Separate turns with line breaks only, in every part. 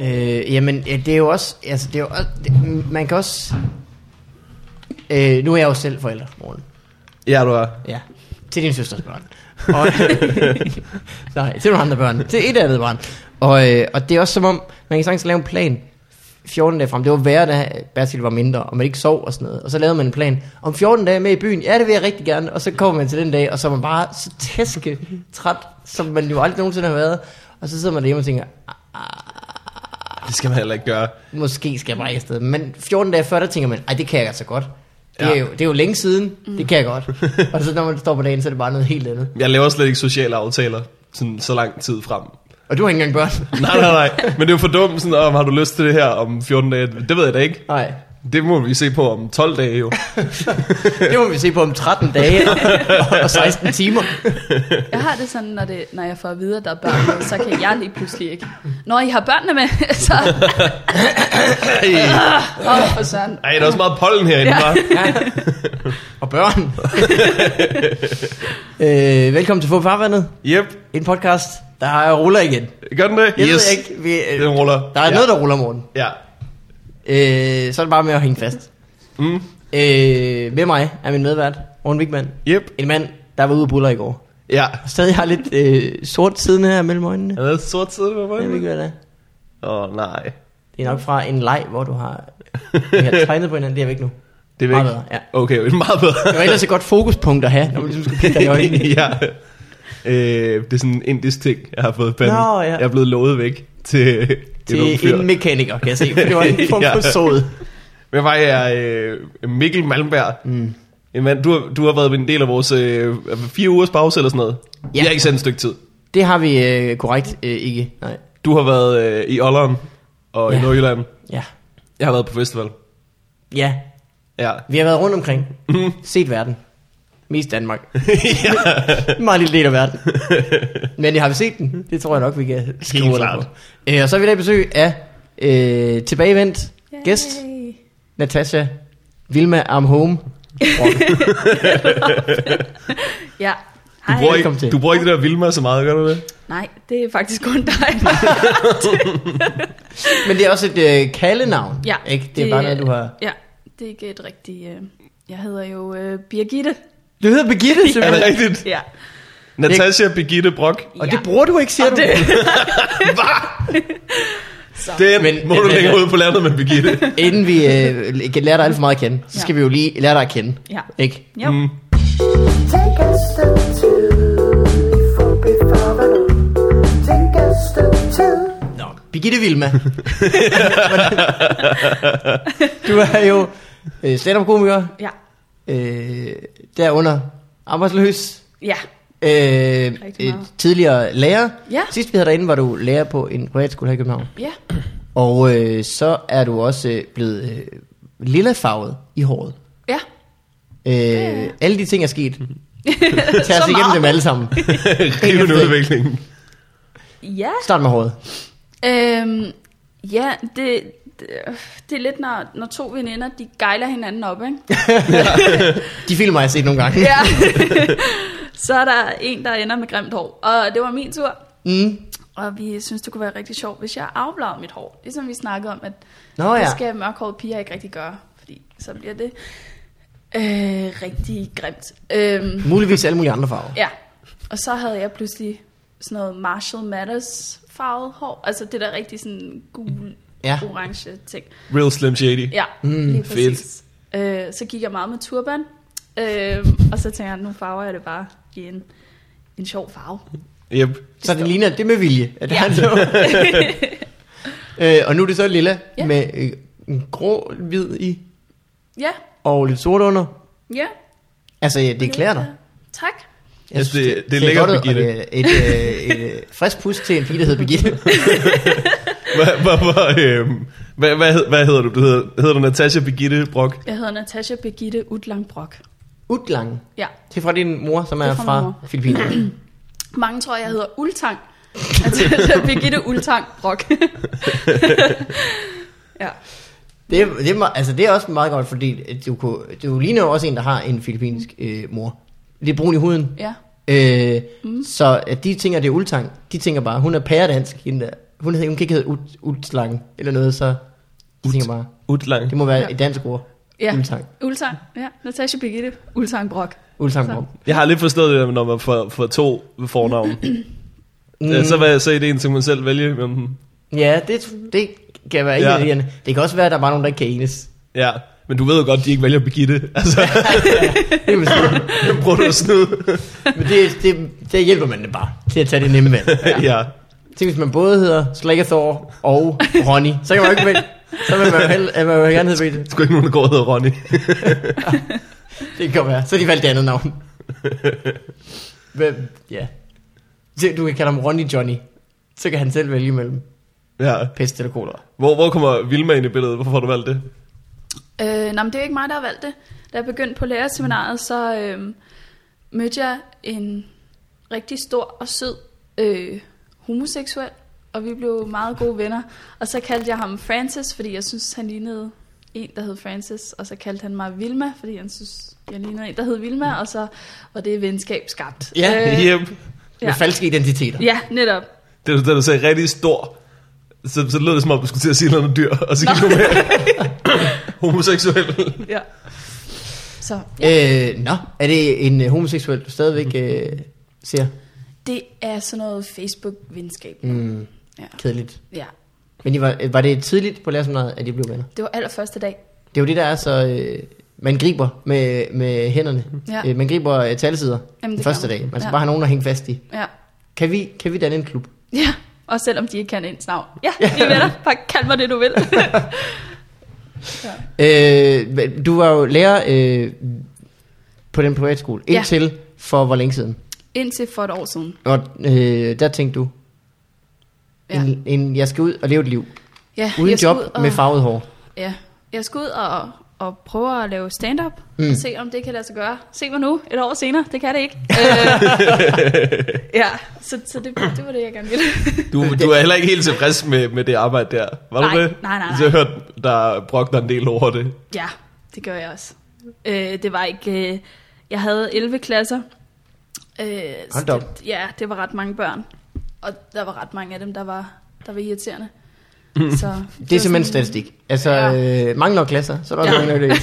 Øh, det, det er jo også, altså det er jo, også- det, man kan også, øh, nu er jeg jo selv forældre, morgen.
Ja, du er.
Ja. Til din søsters børn. Og, nej, til nogle andre børn. Til et andet barn. Og, øh, og det er også som om, man kan sagtens lave en plan 14 dage frem. Det var værre, da Bertil var mindre, og man ikke sov og sådan noget. Og så lavede man en plan. Om 14 dage med i byen, ja, det vil jeg rigtig gerne. Og så kommer man til den dag, og så er man bare så tæske træt, som man jo aldrig nogensinde har været. Og så sidder man derhjemme og tænker, "Ah,
Det skal man heller ikke gøre.
måske skal jeg bare ikke afsted. Men 14 dage før, der tænker man, ej, det kan jeg altså godt. Det er,
Ja.
jo, det er jo længe siden, mm. det kan jeg godt. og så når man står på dagen, så er det bare noget helt andet.
Jeg laver slet ikke sociale aftaler sådan, så lang tid frem.
Og du har ikke engang børn.
Nej, nej, nej. Men det er jo for dumt, sådan, om har du lyst til det her om 14 dage? Det ved jeg da ikke.
Nej,
Det må vi se på om 12 dage jo.
det må vi se på om 13 dage og 16 timer.
Jeg har det sådan, når, det, når jeg får at vide, at der er børn med, så kan jeg lige pludselig ikke. Når I har børnene med, så... Åh, for søren.
Ej, der er også meget pollen herinde, ja.
Ja. Og børn. øh, velkommen til Få Farvandet,
Yep,
en podcast, der ruller igen.
gør den det?
Jeg yes. ved ikke, vi, øh,
Den ruller.
der er
ja.
noget, der ruller morgen.
Ja.
Øh, så er det bare med at hænge fast.
Mm.
Øh, med mig er min medvært, Rune Wigman.
Yep.
En mand, der var ude og buller i går.
Ja.
Og stadig har lidt øh, sort siden her mellem øjnene.
Er der sort side på
Jeg ved
mig?
ikke, hvad det er.
Åh, oh, nej.
Det er nok fra en leg, hvor du har, vi har tegnet på hinanden. Det er væk nu.
Det er væk.
Meget bedre, ja.
Okay, det er meget bedre.
Det var ellers et godt fokuspunkt at have, når man ligesom skulle kigge dig i øjnene.
ja. Øh, det er sådan en indisk ting, jeg har fået pandet.
Nå, ja.
Jeg er blevet lovet væk til, en ung
Til
fyr.
en mekaniker, kan jeg se, for det var en form for
Ja.
sod.
Hvem var jeg? Øh, Mikkel Malmberg. Mm. En mand, du, har- du har været en del af vores øh, fire ugers pause eller sådan noget. Ja. Vi har ikke sendt et stykke tid.
Det har vi øh, korrekt øh, ikke. Nej.
Du har været øh, i Olleren og ja.
Ja.
i Nordjylland.
Ja.
Jeg har været på festival.
ja,
Ja.
vi har været rundt omkring.
Mhm.
Set verden. Mest Danmark.
ja.
En meget lille del af verden. Men har vi set den? Det tror jeg nok, vi kan skrive under
klart.
på. Øh, og så er vi i dag besøg af øh, tilbagevendt
Yay.
gæst, Natasha Vilma Am Home.
Ja.
Du
Hej.
bruger,
velkommen til.
ikke, du bruger ikke det der Vilma så meget, gør du det?
Nej, det er faktisk kun dig.
Men det er også et øh, kaldenavn,
Ja,
ikke? Det er bare noget, du har...
Ja, det er ikke et rigtigt... Øh, jeg hedder jo øh, Birgitte.
Du hedder Birgitte,
Er det
simpelthen.
rigtigt?
Ja.
Natasha Birgitte Brock.
Og det bruger du ikke, siger
Og
du?
det-
Den
Men-
men, må du
men-
lægge ud på landet med Birgitte.
Inden vi øh, kan lære dig alt for meget at kende, så skal
Ja.
vi jo lige lære dig at kende.
Ja.
Ikke?
Jo. Mm.
Take a step two before before the Take a step two.
Nå, Birgitte Vilma. du er jo øh, stand-up-komiker,
Ja.
øh, derunder arbejdsløs,
Ja.
øh,
Rigtig
øh,
meget.
tidligere lærer.
Ja.
Sidst vi havde dig inde, var du lærer på en privatskole her i København.
Ja.
Og øh, så er du også øh, blevet øh, lillafarvet i håret.
Ja.
Øh, alle de ting er sket. Tag
Så
os igennem
meget.
dem alle sammen.
Rivende udviklingen.
Ja.
Start med håret.
Øhm, ja, det, det, det er lidt, når, når to veninder, de gejler hinanden op, ikke?
De filmer har jeg set nogle gange.
Ja. så er der en, der ender med grimt hår. Og det var min tur.
Mm.
Og vi synes, det kunne være rigtig sjovt, hvis jeg afbladede mit hår. Ligesom vi snakkede om, at
Nå ja.
det skal mørkhårede piger ikke rigtig gøre. Fordi så bliver det øh, rigtig grimt. Øhm,
Muligvis alle mulige andre farver.
Ja, og så havde jeg pludselig sådan noget Marshall Matters farvet hår. Altså det der rigtig sådan gul,
Ja.
ja. orange ting.
Real Slim Shady.
Ja, mm, lige
fedt.
præcis. Øh, så gik jeg meget med turban, øh, og så tænkte jeg, nu farver jeg det bare i en, en sjov farve.
Yep.
Så det ligner, det er med vilje. At
Ja.
ja. øh, og nu er det så lilla ja.
Ja.
med øh, en grå hvid i
Ja,
og lidt sort under.
ja.
Altså, ja, det klæder dig.
Tak.
Ja,
synes,
det- det er
ser
lækkert,
godt ud, og
Birgitte.
det er Et, øh, et, øh, frisk pust til en pige, der hedder Birgitte.
Hvad, hvad, hvad, øhm, hvad, hvad, hed- hvad hedder du? Du hedder, hedder du Natasha Birgitte Brock.
Jeg hedder Natasha Birgitte Utlang Brock.
Utlang.
Ja.
Det er fra din mor, som er,
Det er
fra,
fra
fra
min mor.
Filippinerne.
Mange tror, jeg hedder Ultang. Natasha Birgitte Ultang Brock. ja.
Det, er, det, er, me- altså, det er også meget godt, fordi at du, kunne, du ligner jo også en, der har en filippinsk øh, mor. Lidt brun i huden.
ja.
Øh, mm. Så at de tænker, det er Ultang. De tænker bare, hun er pæredansk, hende der. Hun, hed, hun kan ikke hedde Ut, Utslang eller noget, så Ut. tænker jeg bare,
Utlang.
det må være
Ja.
et dansk ord.
Ja,
Uldtang.
Ultang. Ja, Natasha Birgitte. Ultang Brock.
Utslang.
Så.
Brock.
Jeg har lidt forstået det, når man får, får to fornavn.
Mm,
Ja, så, hvad, så er det en, som man selv vælger. Men,
ja, det, det kan være
Ja.
ikke ja. Det kan også være, at der var nogen, der ikke kan enes.
ja. men du ved jo godt, de ikke vælger Birgitte. Altså,
Det vil sige,
prøver du at snyde?
Men det, det, det hjælper man det bare til at tage det nemme valg.
ja.
Tænk, hvis man både hedder Slagathor og Ronny, så kan man jo ikke vælge. Så vil man jo, hel, man vil jo gerne hedde Peter.
Sgu ikke nogen, der går og hedder Ronny.
Det kan være. Så har de valgte et andet navn. Hvem? Ja. Se, Du kan kalde ham Ronny Johnny. Så kan han selv vælge mellem
ja.
pest eller kolera.
Hvor, hvor kommer Vilma ind i billedet? Hvorfor har du valgt det?
Øh, nej, men det er jo ikke mig, der har valgt det. Da jeg begyndte på lærerseminaret, så øh, mødte jeg en rigtig stor og sød øh, homoseksuel, og vi blev meget gode venner. Og så kaldte jeg ham Francis, fordi jeg synes, han lignede en, der hed Francis, og så kaldte han mig Vilma, fordi han synes, jeg lignede en, der hed Vilma, og så var det venskab skabt.
Ja,
Øh, yep.
Med falske identiteter.
ja, netop.
Det er da du sagde rigtig stor. Så, så lød det som om, du skulle til at sige noget om dyr, og så gik du med homoseksuel.
Ja. Så
Øh, nå, er det en øh, homoseksuel, du stadigvæk øh, ser?
det er sådan noget Facebook-venskab.
Mm,
Ja.
kedeligt.
ja.
Men I var, øh, var det tidligt på lærerseminaret, at de blev venner?
Det var allerførste dag.
Det er jo det, der er så... Øh, man griber med, med hænderne.
Mhm. Ja.
Øh, man griber øh, talsider
Jamen,
den
det
første
gør man.
dag. Man skal
Ja.
bare have nogen at hænge fast i.
Ja.
Kan vi, kan vi danne en klub?
Ja, og selvom de ikke kan ens navn. Ja, de er venner. Bare kald mig det, du vil.
Øh, hva- du var jo lærer øh, på den privatskole
Ja.
indtil for hvor længe siden?
Indtil for et år siden.
Og øh, der tænkte du,
Ja,
en, en, jeg skal ud og leve et liv.
ja
Uden
jeg skal
job
ud
og... med farvet hår.
Ja, jeg skal ud og, og prøve at lave stand-up.
Mm.
Mm. Og se, om det kan lade sig gøre. Se mig nu, et år senere. Det kan det ikke. øh, ja, så, så det, det var det, jeg gerne ville.
Du, du er heller ikke helt tilfreds med, med det arbejde der. Var
Nej,
du det?
nej, nej, nej.
Så jeg hørte, der brugte en del over det.
Ja, det gør jeg også. Øh, det var ikke... Øh, jeg havde 11 klasser. Øh, så
Hold da op.
Det, ja, det var ret mange børn. Og der var ret mange af dem, der var, der var irriterende. Så, det var
Det er simpelthen
sådan-
statistik. Altså,
Ja.
ja. øh, mangler klasser, så er der også ja.
Ja.
mange nok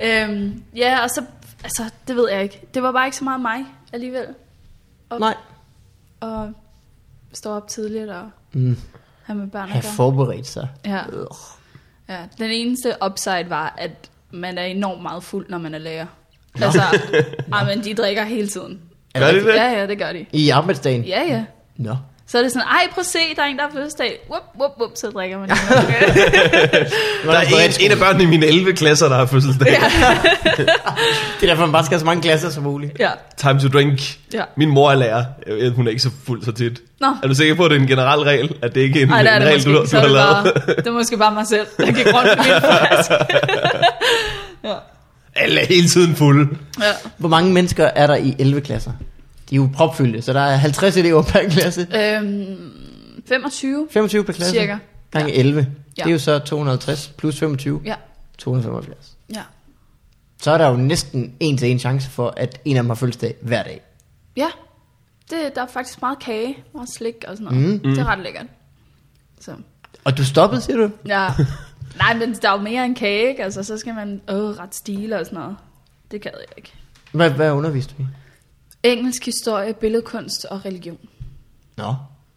det.
øhm, ja, og så... Altså, det ved jeg ikke. Det var bare ikke så meget mig alligevel. Og,
Nej.
Og stå op tidligt og
Mm.
have med børn at
Have
gøre.
forberedt sig.
Ja,
Øh.
ja. Den eneste upside var, at man er enormt meget fuld, når man er lærer. Altså, ej, men de drikker hele tiden.
Er
Gør de
rigtigt?
det?
Ja, ja, det gør de.
I arbejdsdagen?
Ja, ja.
Nå.
Så er det sådan, ej, prøv at se, der er en, der har fødselsdag. Wup, wup, wup, så drikker man.
Der er en, en af børnene i mine 11 klasser, der har fødselsdag. Ja.
Det er derfor, man bare skal have så mange klasser som muligt.
ja,
Time to drink.
ja.
Min mor er lærer. Jeg ved, Hun er ikke så fuld så tit.
Nå,
Er du sikker på, at det er en generel regel? At det ikke er en,
ej, der er
en
det
regel,
måske
du,
ikke.
du
Så er
har
det,
lavet?
bare, det er måske bare mig selv, der gik rundt med min flaske. ja.
Alle er hele tiden fulde.
ja.
Hvor mange mennesker er der i 11 klasser? De er jo propfyldte, så der er 50 elever per klasse.
Øhm, 25,
25 per klasse?
cirka.
Gange 11. Ja.
Ja.
Det er jo så 250 plus 25.
Ja,
275.
ja.
Så er der jo næsten en til en chance for, at en af dem har fødselsdag hver dag.
Ja, det, der er faktisk meget kage, meget slik og sådan noget.
Mm.
Mm. Det er ret lækkert. Så,
Og du stoppede, siger du?
ja. Nej, men der er jo mere end kage, ikke? Altså, så skal man øh, ret stile og sådan noget. Det gad jeg ikke.
Hvad, hvad underviste du i?
Engelsk historie, billedkunst og religion.
Nå.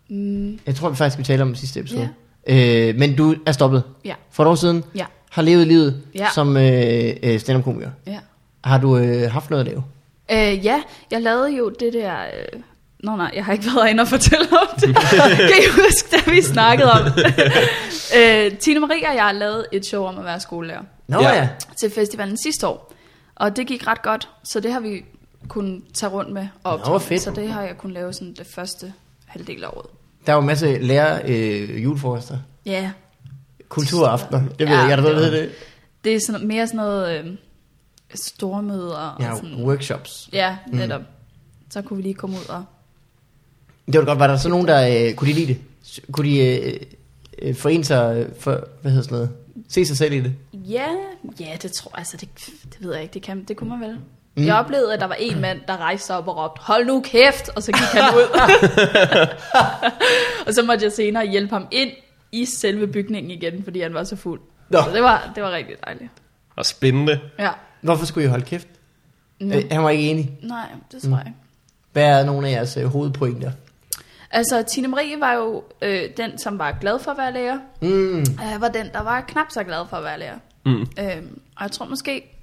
Mm,
Jeg tror vi faktisk, vi talte om i sidste episode. Ja. Øh, men du er stoppet
ja,
for et år siden.
ja,
Har levet livet ja.
Ja.
som øh, øh, stand-up-komiker.
ja.
Har du øh, haft noget at lave?
Øh, ja, jeg lavede jo det der... Øh... Nå nej, jeg har ikke været inde og fortælle om det. kan I huske, da vi snakkede om øh, Tine Marie og jeg har lavet et show om at være skolelærer
Nå ja.
Ja.
ja.
til festivalen sidste år. Og det gik ret godt, så det har vi kunnet tage rundt med og
Nå,
optage med.
fedt.
Så det har jeg kunnet lave sådan det første halvdel af året.
Der er jo en masse lærer øh, juleforrester.
Ja, yeah.
Kulturaftener. Det ved ja,
Ja,
jeg ikke, er der noget,
det
der
var-
hedder det?
det er sådan, mere sådan noget øh, stormøder og
Ja,
sådan.
workshops.
Ja, netop. Mm. Så kunne vi lige komme ud og...
Det var da godt. Var der så nogen, der øh, kunne de lide det? S- Kunne de øh, øh, forene sig øh, for, hvad hedder sådan noget? Se sig selv i det?
Ja, ja det tror jeg, altså det, det ved jeg ikke, det, kan, det kunne man vel. Mm. Jeg oplevede, at der var en mand, der rejste sig op og råbte, hold nu kæft, og så gik han ud. og så måtte jeg senere hjælpe ham ind i selve bygningen igen, fordi han var så fuld.
Nå.
Så det var, det var rigtig dejligt.
Og spændende.
Ja.
Hvorfor skulle I holde kæft?
Mm.
Øh, han var ikke enig.
Nej, det tror jeg ikke.
Hvad er nogle af jeres øh, hovedpointer?
Altså, Tine Marie var jo øh, den, som var glad for at være lærer.
Mm.
Jeg Øh, var den, der var knap så glad for at være lærer.
Mm.
Øhm, og jeg tror måske,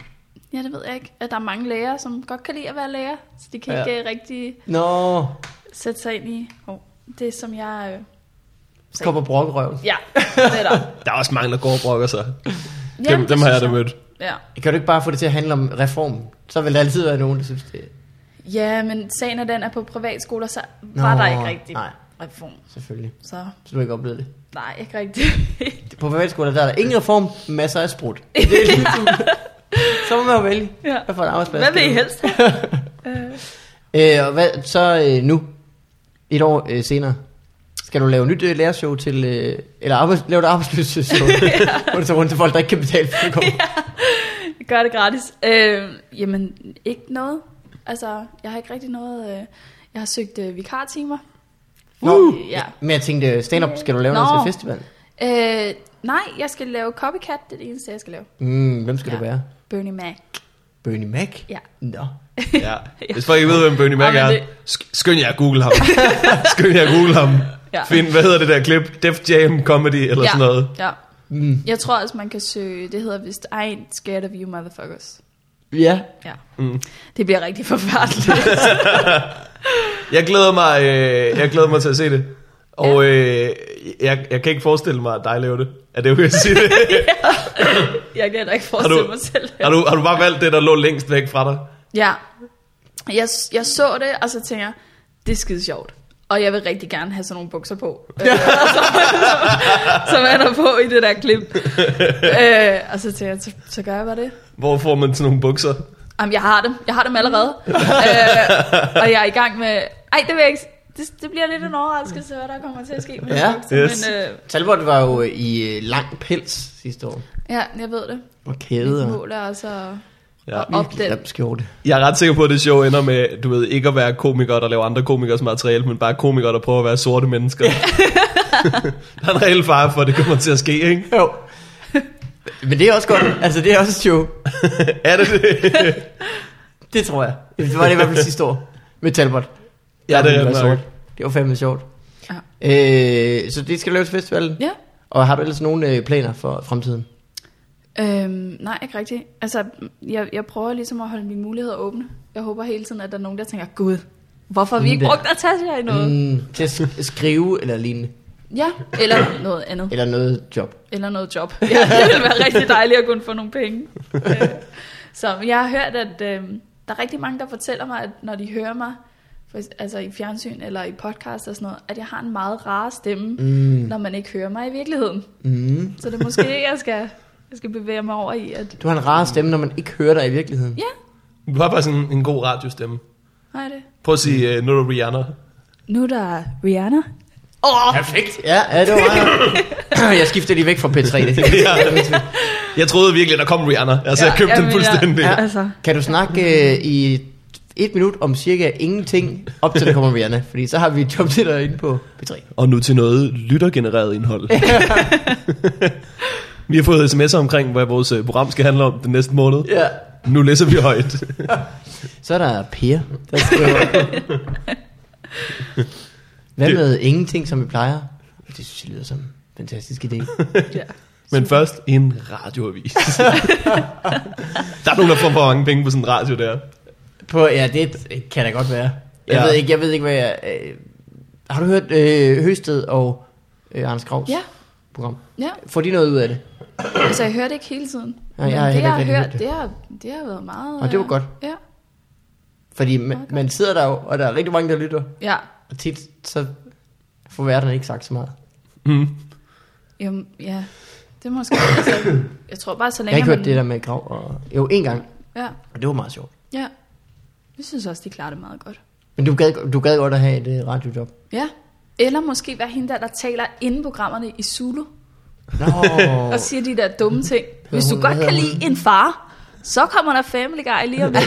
ja det ved jeg ikke, at der er mange lærere, som godt kan lide at være lærer. Så de kan
Ja.
ja. ikke øh, rigtig
Nå,
sætte sig ind i oh, det, som jeg... Øh, sagde.
kom og brokrøv.
Ja, det er der.
Der er også mange, der går og brokker sig.
Jamen,
Dem,
det
dem har
synes
jeg da mødt.
Ja.
Kan du ikke bare få det til at handle om reformen? Så vil der altid være nogen, der synes det.
ja, men sagen er den, at på privatskoler, så
Nå,
var der ikke rigtig
nej.
reform.
Selvfølgelig.
Så
Så du har ikke oplevet det.
nej, ikke rigtig.
På privatskoler der er der ingen reform, masser af sprut. Det er ligesom- så må man jo vælge.
Ja.
Hvad for en arbejdsplads?
Hvad vil I helst have?
Øh, og hvad, så øh, nu, et år øh, senere, skal du lave nyt øh, lærershow til, øh, eller arbejds, lave et arbejdsløshedsshow, hvor du tager rundt til folk, der ikke kan betale for at komme.
Gør det gratis. Øh, jamen, ikke noget. Altså, jeg har ikke rigtig noget... Øh, jeg har søgt øh, vikartimer.
Nå,
Øh, ja.
Men jeg tænkte, øh, stand-up, skal du lave
Nå.
noget til festival?
Øh, nej, jeg skal lave copycat. Det er det eneste, jeg skal lave.
Mm, hvem skal ja.
Ja.
du være?
Bernie Mac.
Bernie Mac?
Ja.
Nå.
Ja. Hvis folk ikke ved, hvem Bernie Mac
Ej,
er,
men
sk- skynd jer at google ham. skynd jer at google ham.
Ja.
Find, hvad hedder det der klip? Def Jam Comedy eller
ja,
sådan noget.
Ja.
Mm.
Jeg tror også, man kan søge... Det hedder vist... I ain't scared of you motherfuckers.
Ja.
Ja. Mm. Det bliver rigtig forfærdeligt.
Jeg glæder mig, øh, jeg glæder mig til at se det. Og øh, jeg, jeg kan ikke forestille mig, at dig laver det. Er det jo jeg sige det?
jeg kan heller ikke
Har
forestille
du,
mig selv.
har, du, har du bare valgt det, der lå længst væk fra dig?
Ja. Jeg, jeg så det, og så tænker jeg, det er skide sjovt. Og jeg vil rigtig gerne have sådan nogle bukser på, øh, som, som er der på i det der klip. øh, og så tænker jeg, så, så gør jeg bare det.
Hvor får man sådan nogle bukser?
Jamen, jeg har dem. Jeg har dem allerede. øh, og jeg er i gang med... Ej, det vil jeg ikke... Det, det bliver lidt en overraskelse, hvad der kommer til at ske med
Ja,
de bukser,
yes.
men øh,
Talbot var jo øh, i øh, lang pels sidste år.
ja, jeg ved det.
Og
Mit
kæder.
mål er også at
Ja.
at op den.
Grim skjorte.
Jeg er ret sikker på, at det show ender med, du ved, ikke at være komiker, der laver andre komikers materiale, men bare komikere, der prøver at være sorte mennesker. der er en reel fare for, at det kommer til at ske, ikke?
Jo. Men det er også godt. Altså, det er også et show.
Er det det?
Det tror jeg. Det var det i hvert fald sidste år. Med Talbot.
Ja, det
var
er nok.
sjovt. Det var fandme sjovt.
Ja.
Øh, så det skal laves til festivalen.
Ja.
Og har du ellers nogle øh, planer for fremtiden?
Øhm, nej, ikke rigtigt. Altså, jeg, jeg prøver ligesom at holde mine muligheder åbne. Jeg håber hele tiden, at der er nogen, der tænker, Gud, hvorfor har vi
Mm,
ikke
der.
brugt Natasha i noget? Mm.
Mm, til at sk- skrive eller lignende.
Ja, eller noget andet.
Eller noget job.
Eller noget job. Ja, det ville være rigtig dejligt at kunne få nogle penge. Øh, Så jeg har hørt, at øh, der er rigtig mange, der fortæller mig, at når de hører mig, for, altså i fjernsyn eller i podcast og sådan noget, at jeg har en meget rar stemme, mm. når man ikke hører mig i virkeligheden.
Mm.
Så det er måske, jeg skal, jeg skal bevæge mig over i, at
Du har en rar stemme, når man ikke hører dig i virkeligheden.
ja,
Du har bare sådan en god radiostemme.
hej det.
Prøv at sige, uh, nu er du Rihanna.
Nu er der Rihanna.
Perfekt. Ja, ja det var meget- Jeg skifter lige væk fra P3. Det.
Ja. Jeg troede virkelig, der kom Rihanna. Altså, ja, jeg købte den
jamen,
fuldstændig.
Jeg,
Ja.
ja, altså,
Kan du snakke øh, i et minut om cirka ingenting, op til der kommer Rihanna? Fordi så har vi et job til dig inde på P3.
Og nu til noget lyttergenereret indhold. vi har fået sms'er omkring, hvad vores øh, program skal handle om den næste måned.
Ja.
Nu læser vi højt.
Så er der Per, der skriver... Hvad med ingenting, som vi plejer? Det synes jeg lyder som en fantastisk idé.
ja.
Men først en radioavis. der er nogen, der får for mange penge på sådan en radio der.
På, ja, det kan da godt være. Jeg,
Ja.
ja. ved, ikke, jeg ved ikke, hvad jeg... Øh, har du hørt øh, Høsted og øh, Anders Kravs
ja,
program?
ja.
Får de noget ud af det?
Altså, jeg hører det ikke hele tiden.
Nej, jeg
Men
har
det,
heller
jeg har
ikke rigtig
hørt,
hørt det.
det har, det har været meget...
Og det var
øh,
godt.
Ja,
Fordi man,
Okay.
man sidder der jo, og der er rigtig mange, der lytter.
ja.
Og tit, så får værterne ikke sagt så meget.
Mm.
Jamen, ja. Det er måske... altså, jeg tror bare, så
Jeg
længe
har ikke
man...
hørt det der med Krav. Og, jo, en gang.
Ja,
Og det var meget sjovt.
ja. Jeg synes også, de klarer det meget godt.
Men du gad, du gad godt at have et øh, radiojob.
Ja. Eller måske være hende der, der taler inden programmerne i Zulu.
Nå.
Og siger de der dumme ting. Hvis
Hvad
du
hun-
godt
hvad
kan
hedder hun?
lide en far, så kommer der Family Guy lige om lidt.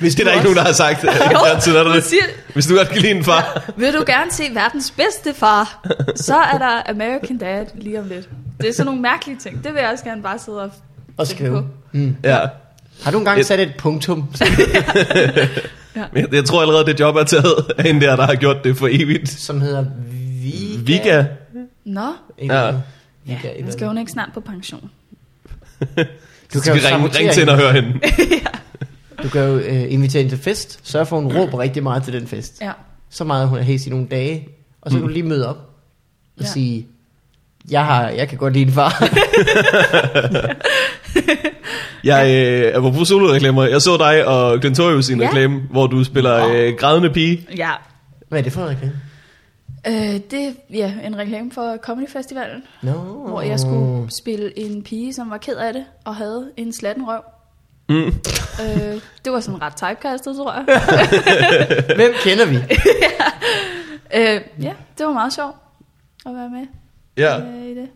Hvis det er der
du
ikke nogen, der har sagt. øh, altid er der
hun
det.
siger,
Hvis du godt kan lide en far.
vil du gerne se verdens bedste far, så er der American Dad lige om lidt. Det er sådan nogle mærkelige ting. Det vil jeg også gerne bare sidde og
Og
tænke
skrive.
på.
Mm.
Ja.
Har du engang
Et-
sat et punktum?
Men jeg, jeg tror allerede, det job er taget af en der, der har gjort det for evigt.
som hedder Vika.
Vika.
Nå,
Ja.
Ja.
ja, nu skal hun ikke snart på pension.
Du
Du
kan jo
kan ringe,
sabotere
ringe til hende og høre hende.
Du kan jo øh, invitere hende til fest. Sørg for, at hun råber rigtig meget til den fest.
Ja.
Så meget, at hun er hæs i nogle dage. Og så kan du lige møde op og
Ja.
sige, jeg, har, jeg kan godt lide din far.
Jeg øh, var på solo-reklamer. Jeg så dig og Glentorius i en
Ja.
reklame, hvor du spiller øh, grædende pige.
Ja.
Hvad er det for en reklame?
Øh, det er ja, en reklame for Comedy Festivalen,
No.
hvor jeg skulle spille en pige, som var ked af det, og havde en slatten røv.
Mm.
Øh, det var sådan ret typecastet, tror jeg.
Hvem kender vi?
øh, ja, det var meget sjovt at være med
Ja.
øh, i det.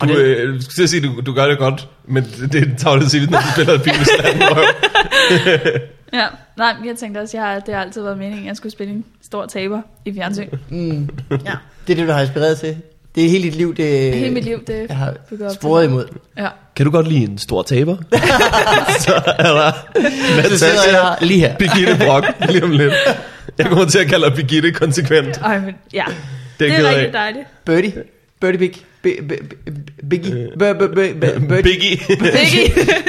Du, øh, du skal sige, du, du gør det godt, men det det er tavlet at sige, når du spiller en pige med slatten røv.
Ja, nej, men jeg tænkte også, jeg har, det har altid været meningen, at jeg skulle spille en stor taber i fjernsyn.
Mm.
Ja.
Det er det, du har inspireret til. Det er hele dit liv, det
Øh,
Hele mit liv, det
jeg har
bygger op til.
sporet imod.
Ja.
Kan du godt lide en stor taber? så er der
Så sidder
Natasha
jeg lige her.
Birgitte Brock lige om lidt. Jeg kommer til at kalde dig Birgitte konsekvent.
Ej, men, ja.
Det er, jeg ked af.
dejligt.
Birdie. Birdie Big. Bi- bi- bi- Biggie. Bi- bi- bi- bi- Birdie.
Øh. Biggie.
Ikke?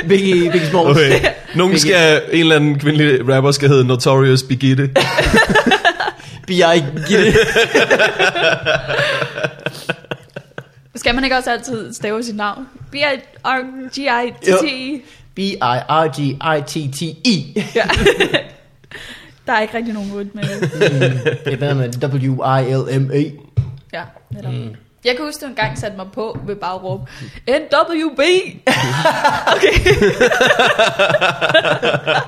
Biggie. Biggie Smalls.
Okay. Nogen
Biggie.
skal, en eller anden kvindelig rapper skal hedde Notorious Birgitte.
Biggie.
Skal man ikke også altid stave sit navn? B-I-R-G-I-T-T.
B-I-R-G-I-T-T-E.
E. Ja. Der er ikke rigtig nogen ud med det.
Det er bedre med W-I-L-M-E.
Ja, netop. Mm. Jeg kan huske, at du engang satte mig på ved bagrum. NWB! Okay.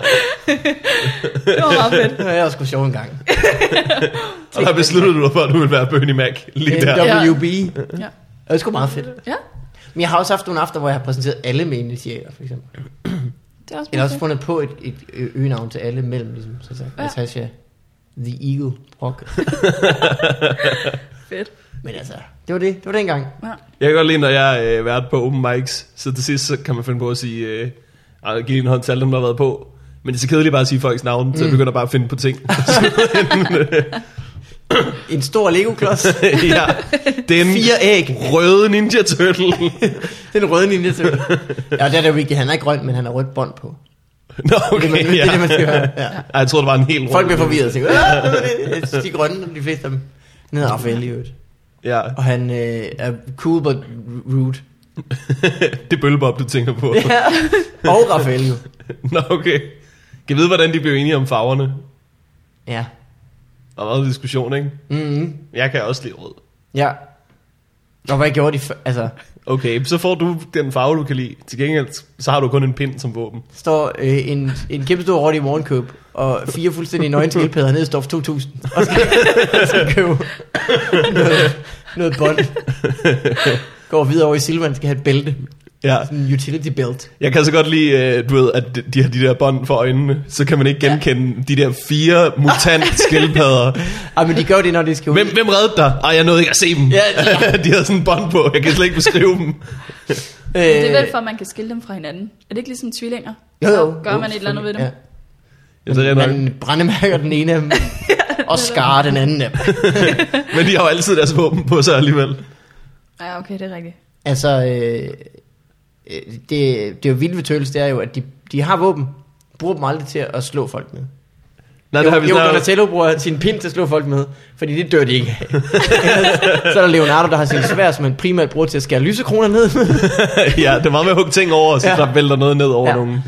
det var meget fedt.
Det var jeg sgu sjov engang.
Og der besluttede du dig for, at du ville være Bernie Mac lige der.
WB.
Ja.
Det er sgu meget fedt.
ja,
Men jeg har også haft nogle aftener, hvor jeg har præsenteret alle med initialer, for eksempel.
det er også
Jeg har
meget
også
fedt.
fundet på et, et ø- øgenavn til alle mellem, ligesom. Så sagde jeg,
Ja.
Natasha, The Eagle, Brock.
fedt.
Men altså, det var det. Det var dengang.
Ja.
Jeg kan godt lide, når jeg øh, er vært på open mics, så til sidst så kan man finde på at sige, øh, "Ej, giv lige en hånd til alle dem, der har været på. Men det er så kedeligt bare at sige folks navne, mm. så jeg begynder bare at finde på ting.
En stor Lego-klods.
ja, den
Fire æg.
røde Ninja Turtle.
Den røde linje til. Ja, det er det jo vigtigt. Han er ikke grøn, men han har rødt bånd på.
Nå, okay,
Det er, det,
ja.
er det, man skal høre. Ja.
Ej, jeg tror, det var en helt
Folk
rød.
bliver forvirret og tænker, "Ah, hvad var det?" jeg synes, de er grønne, de fleste af dem. Han hedder Raphael i øvrigt.
Ja,
Og han øh, er cool but rude.
det er bøllebob, du tænker på.
Ja. og Raphael jo.
Nå, okay. Kan I vide, hvordan de blev enige om farverne?
Ja.
Der var meget diskussion, ikke?
Mm-hmm.
Jeg kan også lide rød.
Ja. Og hvad gjorde de før? Altså,
Okay, så får du den farve, du kan lide. Til gengæld, så har du kun en pind som våben.
står øh, en, en kæmpe stor rotte i morgenkøb, og fire fuldstændig nøgne skildpadder nede i stof 2000. Og skal, skal købe noget, noget bånd. Går videre over i Silvan, skal have et bælte.
Ja,
Sådan en utility belt.
jeg kan så godt lide, øh, du ved, at de- de har de der bånd for øjnene. Så kan man ikke genkende de der fire mutant skildpadder.
Ej, men de gør det, når de skal ud.
Hvem, hvem reddede dig? Ej, jeg nåede ikke at se dem.
Ja,
de havde sådan en bånd på. Jeg kan slet ikke beskrive
Øh,
dem.
Men det er vel for, at man kan skille dem fra hinanden. Er det ikke ligesom tvillinger?
jo, jo.
Så gør man et eller andet ved dem.
Ja.
Ja, det er nok.
man brændemærker den ene af dem, og skarer den anden af dem.
Men de har jo altid deres våben på sig alligevel.
Ja, okay, det er rigtigt.
Altså, øh, øh, det, det er jo vildt ved tøls, det er jo, at de, de har våben, bruger dem aldrig til at slå folk med.
Nej,
jo, jo Donatello bruger sin pind til at slå folk med, fordi det dør de ikke af. Ellers- så er der Leonardo, der har sin svær, som han primært bruger til at skære lysekroner ned.
ja, det er meget med at hugge ting over, og så
Ja.
ja. der vælter noget ned over
Ja.
ja. nogen.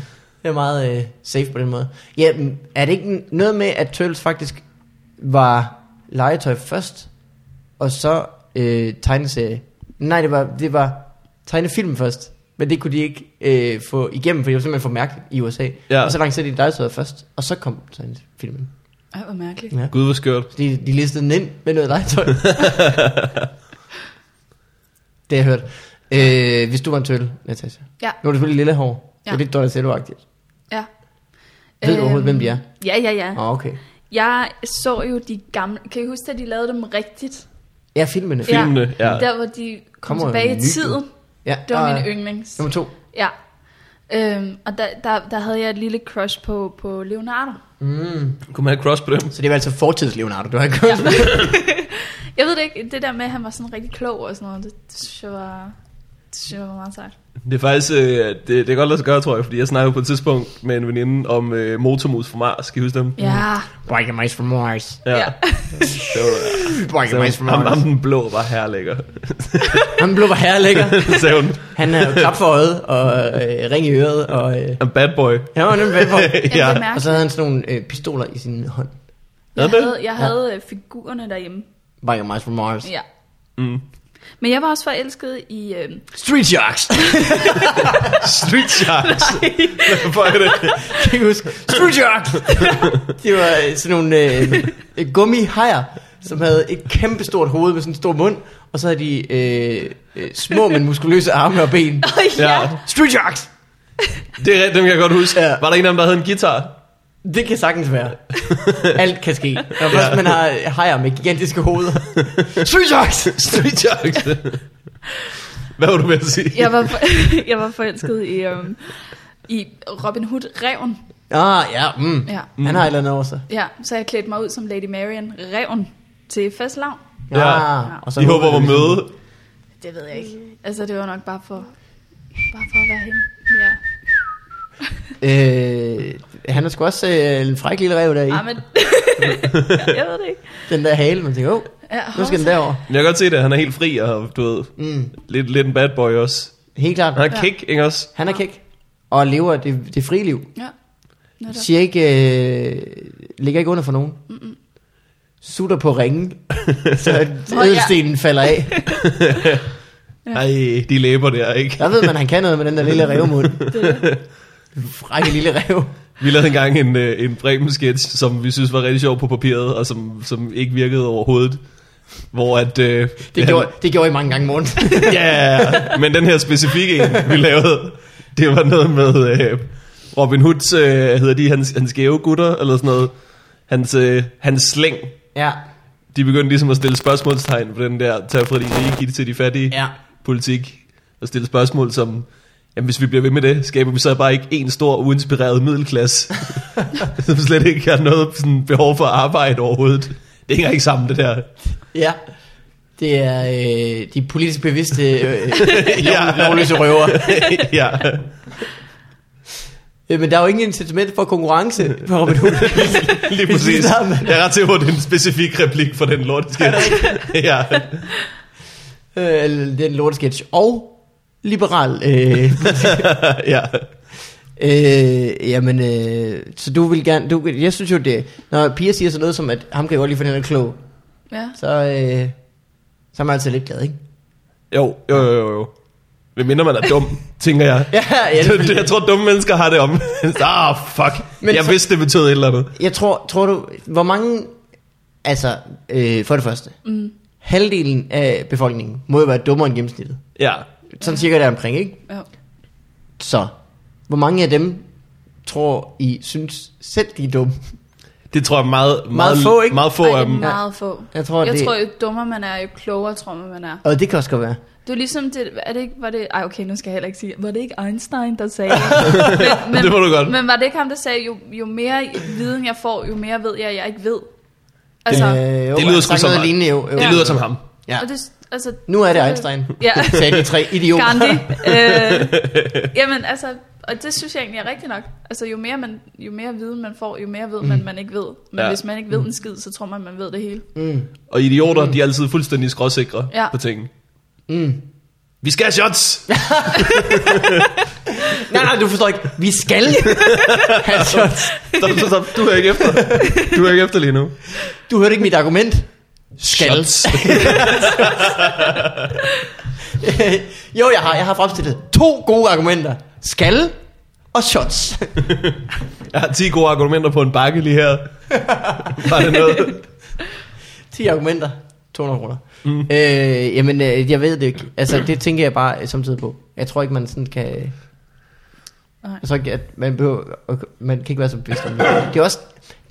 det er meget øh, safe på den måde. Ja, men er det ikke noget med, at tøls faktisk var legetøj først, og så øh, tegneserie? Nej, det var, det var tegnefilm først. Men det kunne de ikke øh, få igennem, for det var simpelthen for mærkeligt i USA.
Ja.
Og så lancerede de legetøjet først, og så kom tegnefilmen.
Ej, hvor mærkeligt.
Ja.
Gud, hvor skørt.
Så de, de listede den ind med noget legetøj. det har jeg hørt. Øh, hvis du var en tøl, Natasha.
Ja.
Nu er du selvfølgelig lille hår. Ja.
Ja.
Det er lidt Donatello selvagtigt.
Ja.
Ved du overhovedet, hvem de er?
Ja, ja, ja.
Åh, oh, okay.
Jeg så jo de gamle... Kan I huske, at de lavede dem rigtigt?
Ja, filmene.
Ja.
Filmene, ja.
Der, hvor de kom
Kommer jo
tilbage
en
i
ny nu.
tiden.
ja.
Det var
og-
min yndlings.
Nummer to.
Ja. Øhm, og der, der, der havde jeg et lille crush på, på Leonardo.
Mm.
Kunne man have cross på dem?
Så det var altså fortids Leonardo, du har ikke ja.
Jeg ved det ikke, det der med, at han var sådan rigtig klog og sådan noget, det, det synes jeg var, det synes jeg var meget sejt.
Det er faktisk, øh, det, det er godt lade sig gøre, tror jeg, fordi jeg snakkede på et tidspunkt med en veninde om øh, motormus fra Mars, kan I huske dem?
Ja,
Biker Mice from Mars.
Ja.
Det var,
Biker Mice from
øh, så, ham, ham
Mars.
den blå var herlækker,
Han blev bare herrelækker.
sagde hun.
Han er jo klap for øjet og øh, ring i øret. Og, øh,
En bad boy.
han var nemlig for.
ja. det
Og
mærke.
så havde han sådan nogle øh, pistoler i sin hånd.
Hvad
Jeg
med?
havde, jeg havde ja. figurerne derhjemme.
Biker Mice from Mars.
Ja.
Mm.
Men jeg var også forelsket i... Øh,
Street Sharks!
Street sharks. Hvad er det?
kan I huske? Street Sharks! det var øh, sådan nogle øh, øh, gummihajer, som havde et kæmpe stort hoved med sådan en stor mund. Og så havde de øh, øh, små, men muskuløse arme og ben.
Ja.
Street Sharks!
Det er rigtigt, dem kan jeg godt huske.
Ja.
Var der en af dem, der havde en guitar?
Det kan sagtens være. Alt kan ske. Når først man har øh, hajer med gigantiske hoveder. Street Sharks!
Street sharks. Hvad var du ved at sige?
jeg, var for, jeg var forelsket i, øh, i Robin Hood Reven.
Ah, ja. Mm.
Ja.
Han har et eller andet over sig.
ja, så jeg klædte mig ud som Lady Marian Reven til fastlav.
Ja.
og så
I håber
jeg
på
ligesom-
møde.
Det ved jeg ikke. Altså, det var nok bare for, bare for at være hende. Ja.
Øh, han er sgu også øh, en fræk lille rev der i.
Ah, men... jeg ved det ikke.
Den der hale, man tænker, åh, oh,
Ja,
nu skal den derover.
Men jeg kan godt se det, han er helt fri og, du ved,
Mm,
lidt, lidt en bad boy også.
helt klart.
Han har kick, ikke også?
Han er kæk. Og lever det, det frie liv.
Ja. Netop.
Siger ikke, øh, ligger ikke under for nogen. Mm-mm. Sutter på ringen, så
Nå, ja.
ædelstenen falder af.
Ja.
Ej, de læber der, ikke?
Der ved man, han kan noget med den der lille revmund.
Det er det.
Frække lille rev.
Vi lavede engang en, øh, en bremen sketch som vi synes var rigtig sjov på papiret, og som, som ikke virkede overhovedet. Hvor at... Øh,
Det, gjorde, det gjorde I mange gange i morgen.
Ja, yeah, men den her specifikke en, vi lavede, det var noget med øh, Robin Hoods, øh, hedder de, hans, hans skæve gutter, eller sådan noget. Hans, øh, hans slæng.
ja,
De begyndte ligesom at stille spørgsmålstegn på den der, tag fra de rige, giv det til de fattige
ja.
politik og stille spørgsmål som, jamen hvis vi bliver ved med det, skaber vi så bare ikke en stor uinspireret middelklasse, som slet ikke har noget sådan, behov for at arbejde overhovedet. Det hænger ikke sammen, det der.
Ja. Det er øh, de politisk bevidste øh,
Ja.
ja. lovløse røver.
ja.
Øh, Men der er jo ingen incitament for konkurrence på Robin Hood.
Lige
Hvis vi
præcis.
sammen-
Jeg er ret til, hvor det er en specifik replik for den lorteskæld. ja.
Øh, eller den lortesketch. Og liberal. Øh,
ja.
øh, jamen, øh, så du vil gerne... Du, jeg synes jo, det... Når piger siger sådan noget som, at ham kan jeg godt lide, for han er klog,
Ja.
så, øh, så er man altid lidt glad, ikke?
Jo, jo, jo, jo, jo. Hvem minder man er dum, tænker jeg.
Ja, ja,
jeg, jeg tror, dumme mennesker har det om. ah, oh, fuck.
Men
jeg
så-
vidste, det betød et eller andet.
Jeg tror, tror du, hvor mange, altså øh, for det første,
Mm.
halvdelen af befolkningen må jo være dummere end gennemsnittet.
Ja.
Sådan cirka der omkring, ikke?
Jo.
Så, hvor mange af dem tror I synes selv, de er dumme?
Det tror jeg meget, meget,
få, ikke?
Meget få
Ej,
af
det er
dem.
meget få.
Jeg tror,
jeg
det-
tror jo dummere man er, jo klogere tror man, man er.
Og det kan også godt være.
Det er ligesom, det, er det ikke, var det, ej okay, nu skal jeg heller ikke sige, var det ikke Einstein, der sagde men,
Det må du godt.
Men var det ikke ham, der sagde, jo, jo mere viden jeg får, jo mere ved jeg, jeg ikke ved. Altså,
øh, jo,
det
han
lyder sgu
sagde
som
noget
mig.
lignende, jo, jo.
Det lyder som ham.
Ja.
og det, altså,
Nu er det Einstein,
Ja,
sagde de tre idioter.
Gandhi. Øh, jamen altså, og det synes jeg egentlig er rigtigt nok. Altså, jo mere, man, jo mere viden man får, jo mere ved man, man ikke ved. Men
Ja.
ja. hvis man ikke ved en skid, så tror man, man ved det hele.
Mm,
Og idioter, de er altid fuldstændig skråsikre ja.
Ja.
på ting.
mm.
Vi skal have shots!
Nej, nej, du forstår ikke. Vi skal have shots.
Stop, stop, stop. Du er ikke efter. Du er ikke efter lige nu.
Du hørte ikke mit argument. Skal.
Shots.
jo, jeg har, jeg har fremstillet to gode argumenter. Skal og shots.
Jeg har 10 gode argumenter på en bakke lige her. Var det noget?
10 argumenter, 200 kroner. Mm. Øh, jamen, øh, jeg ved det ikke. Altså, det tænker jeg bare øh, samtidig på. Jeg tror ikke, man sådan kan...
Nej.
Jeg tror ikke, at man behøver... at- Man kan ikke være så bevidst om det. Det er også...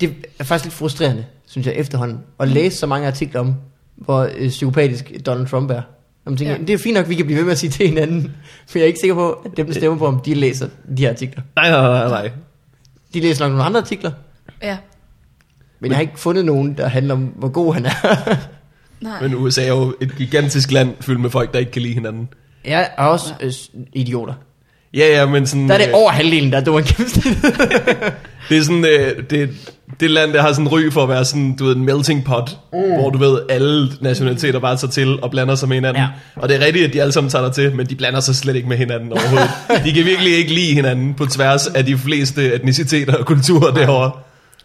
Det er faktisk lidt frustrerende, synes jeg, efterhånden. At
Mm.
læse så mange artikler om, hvor øh, psykopatisk Donald Trump er. Når man tænker,
Ja.
ja. det er fint nok, vi kan blive ved med at sige til hinanden. Men jeg er ikke sikker på, at dem, der stemmer på ham, de læser de her artikler.
Nej, nej, nej, nej.
De læser nok nogle andre artikler.
Ja,
Men jeg har ikke fundet nogen, der handler om, hvor god han er.
nej.
Men USA er jo et gigantisk land fyldt med folk, der ikke kan lide hinanden.
Jeg er også øh, s- idioter.
Ja, ja, men sådan...
Der er det
øh,
over halvdelen, der er dumme gennemsnittet.
Det er sådan, øh, det, det land, der har sådan ry for at være sådan, du ved, en melting pot, mm. hvor du ved, alle nationaliteter bare tager til og blander sig med hinanden.
Ja.
Ja. Og det er rigtigt, at de alle sammen tager der til, men de blander sig slet ikke med hinanden overhovedet. de kan virkelig ikke lide hinanden på tværs af de fleste etniciteter og kulturer derovre.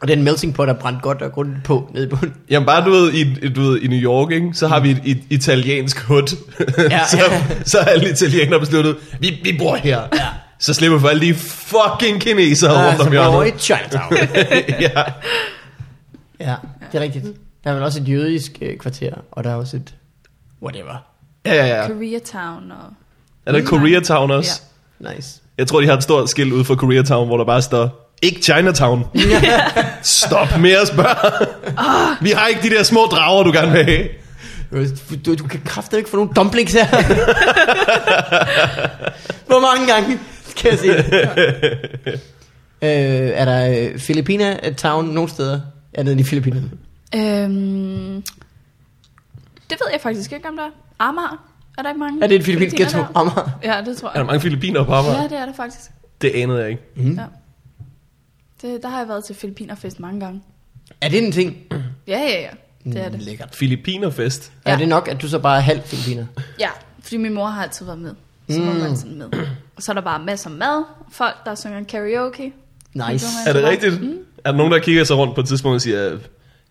Og den melting pot er brændt godt og grundigt på nede i bunden.
Jamen bare, du ved, i, du ved, i New York, ikke? så har vi et, et italiensk hut.
Ja.
Ja. så, så har alle italienere besluttet, vi, vi bor her. Ja. Så slipper for alle de fucking kinesere
Ah,
rundt
så
om
bor i
hjørnet.
Chinatown.
altså ja.
ja, det er rigtigt. Der er vel også et jødisk øh, kvarter, og der er også et whatever.
Ja, ja, ja.
Koreatown og...
Er der Koreatown også?
Ja.
Nice.
Jeg tror, de har et stort skilt ude for Koreatown, hvor der bare står, ikke Chinatown. Stop med at spørge. Vi har ikke de der små drager, du gerne vil have.
Du, du kan kraftedeme ikke få nogen dumplings her. Hvor mange gange skal jeg sige det? øh, er der øh, Filipina Town nogle steder? Er nede i Filippinerne?
Øhm, det ved jeg faktisk ikke, om der er. Amager? Er der ikke mange?
Er det et filippinsk ghetto?
filippiner der?
Amager?
Ja, det tror
Er der
jeg.
mange filipiner på Amager?
Ja, det er der faktisk.
Det anede jeg ikke.
Mm.
Ja. Det, der har jeg været til Filippinerfest mange gange.
Er det en ting? Mm,
Ja, ja, ja. Det er det.
Lækkert.
Filippinerfest.
Ja. Er
Ja.
det nok, at du så bare er halv filipiner?
Ja, fordi min mor har altid været med. Så
Mm.
var man sådan med. Og så er der bare masser af mad. Folk, der synger karaoke.
Nice.
Er
Så
det
var-
rigtigt? Mm. Er der nogen, der kigger sig rundt på et tidspunkt og siger,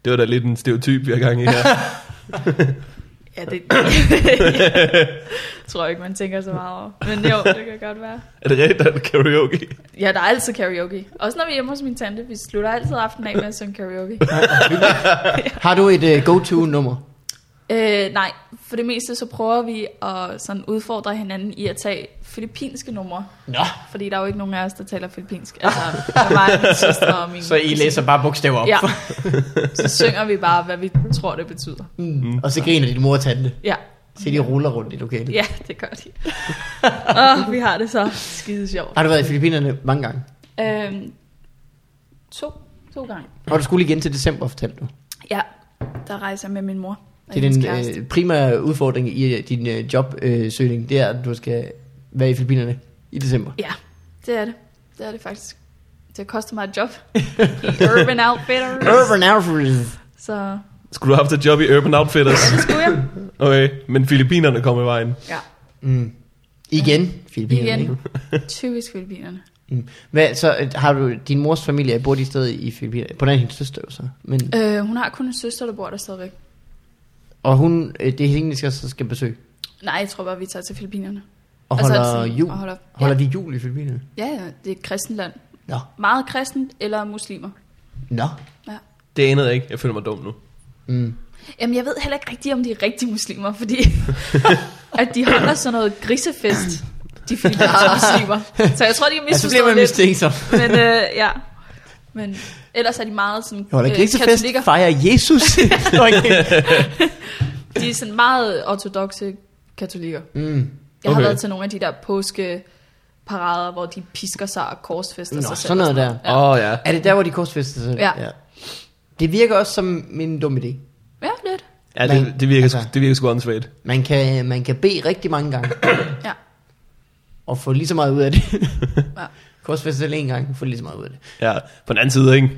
det var da lidt en stereotyp, vi har gang i her.
Ja, det tror jeg ikke, man tænker så meget over. Men jo, det kan godt være.
er det rigtigt, der er karaoke?
Ja, der er altid karaoke. Også når vi er hjemme hos min tante. Vi slutter altid aftenen af med at synge karaoke.
Har du et uh, go-to-nummer?
øh, nej, for det meste så prøver vi at sådan udfordre hinanden i at tage filippinske numre.
Nå.
Fordi der er jo ikke nogen af os, der taler filippinsk. Altså, der var min søster og min
Så I
kusine.
læser bare bogstaver op.
Ja. Så synger vi bare, hvad vi tror, det betyder.
Mm. Og så griner din mor og tante.
Ja,
Så de ruller rundt i lokalet.
ja det gør de. Åh, vi har det så skide sjovt.
Har du været i Filippinerne mange gange?
Øhm, to, to gange.
Og du skulle igen til december, fortalte du.
Ja, der rejser jeg med min mor. og
Det er
hendes
den
kæreste.
øh, primære udfordring i øh, din øh, jobsøgning, øh, det er, at du skal være i Filippinerne i december.
Ja, det er det. Det er det faktisk. Det koster mig et job. I Urban Outfitters.
Urban Outfitters.
Så
Skulle du have haft et job i Urban Outfitters?
skulle jeg.
Okay, men Filippinerne kom i vejen.
Ja,
Mm. Igen, Filippinerne.
igen.
ikke?
Typisk Filippinerne.
Mm. Hvad, så øh, har du din mors familie, bor de stadig i Filippinerne? På den anden hendes søster jo så. Men,
Øh, hun har kun en søster, der bor der stadigvæk.
og hun, øh, det er hende, jeg skal, så skal besøge.
Nej, jeg tror bare, vi tager til Filippinerne.
Og
Altså,
holder,
sådan,
jul.
og holder-
holder de jul i Filippinerne?
Ja, ja, det er et kristent land.
Nå.
Meget kristent eller muslimer.
Nå.
Ja.
Det anede jeg ikke. Jeg føler mig dum nu.
Mm.
Jamen, jeg ved heller ikke rigtigt, om de er rigtige muslimer, fordi at de holder sådan noget grisefest, de filippinske muslimer. Så jeg tror, de har
Ja, så bliver
misforstået
Altså, man
lidt.
mistænksom.
Men øh, ja, men ellers er de meget sådan øh,
Jeg holder grisefest,
katolikker.
fejrer Jesus. Nå, ikke.
De er sådan meget ortodoxe katolikker. Jeg
mm.
okay. har
Okay.
været til nogle af de der påskeparader, hvor de pisker sig og korsfester
Nå,
sig selv.
sådan
og
noget der.
Åh ja. Oh, ja.
Er det der, hvor de korsfester sig?
Ja.
Det virker også som en dum idé.
Ja, lidt.
ja det, det, virker,
Altså-
altså. det virker sgu åndssvagt.
Man kan, man kan bede rigtig mange gange,
Ja.
og få lige så meget ud af det.
Ja.
Korsfester selv en gang, få lige så meget ud af det.
Ja, på den anden side, ikke?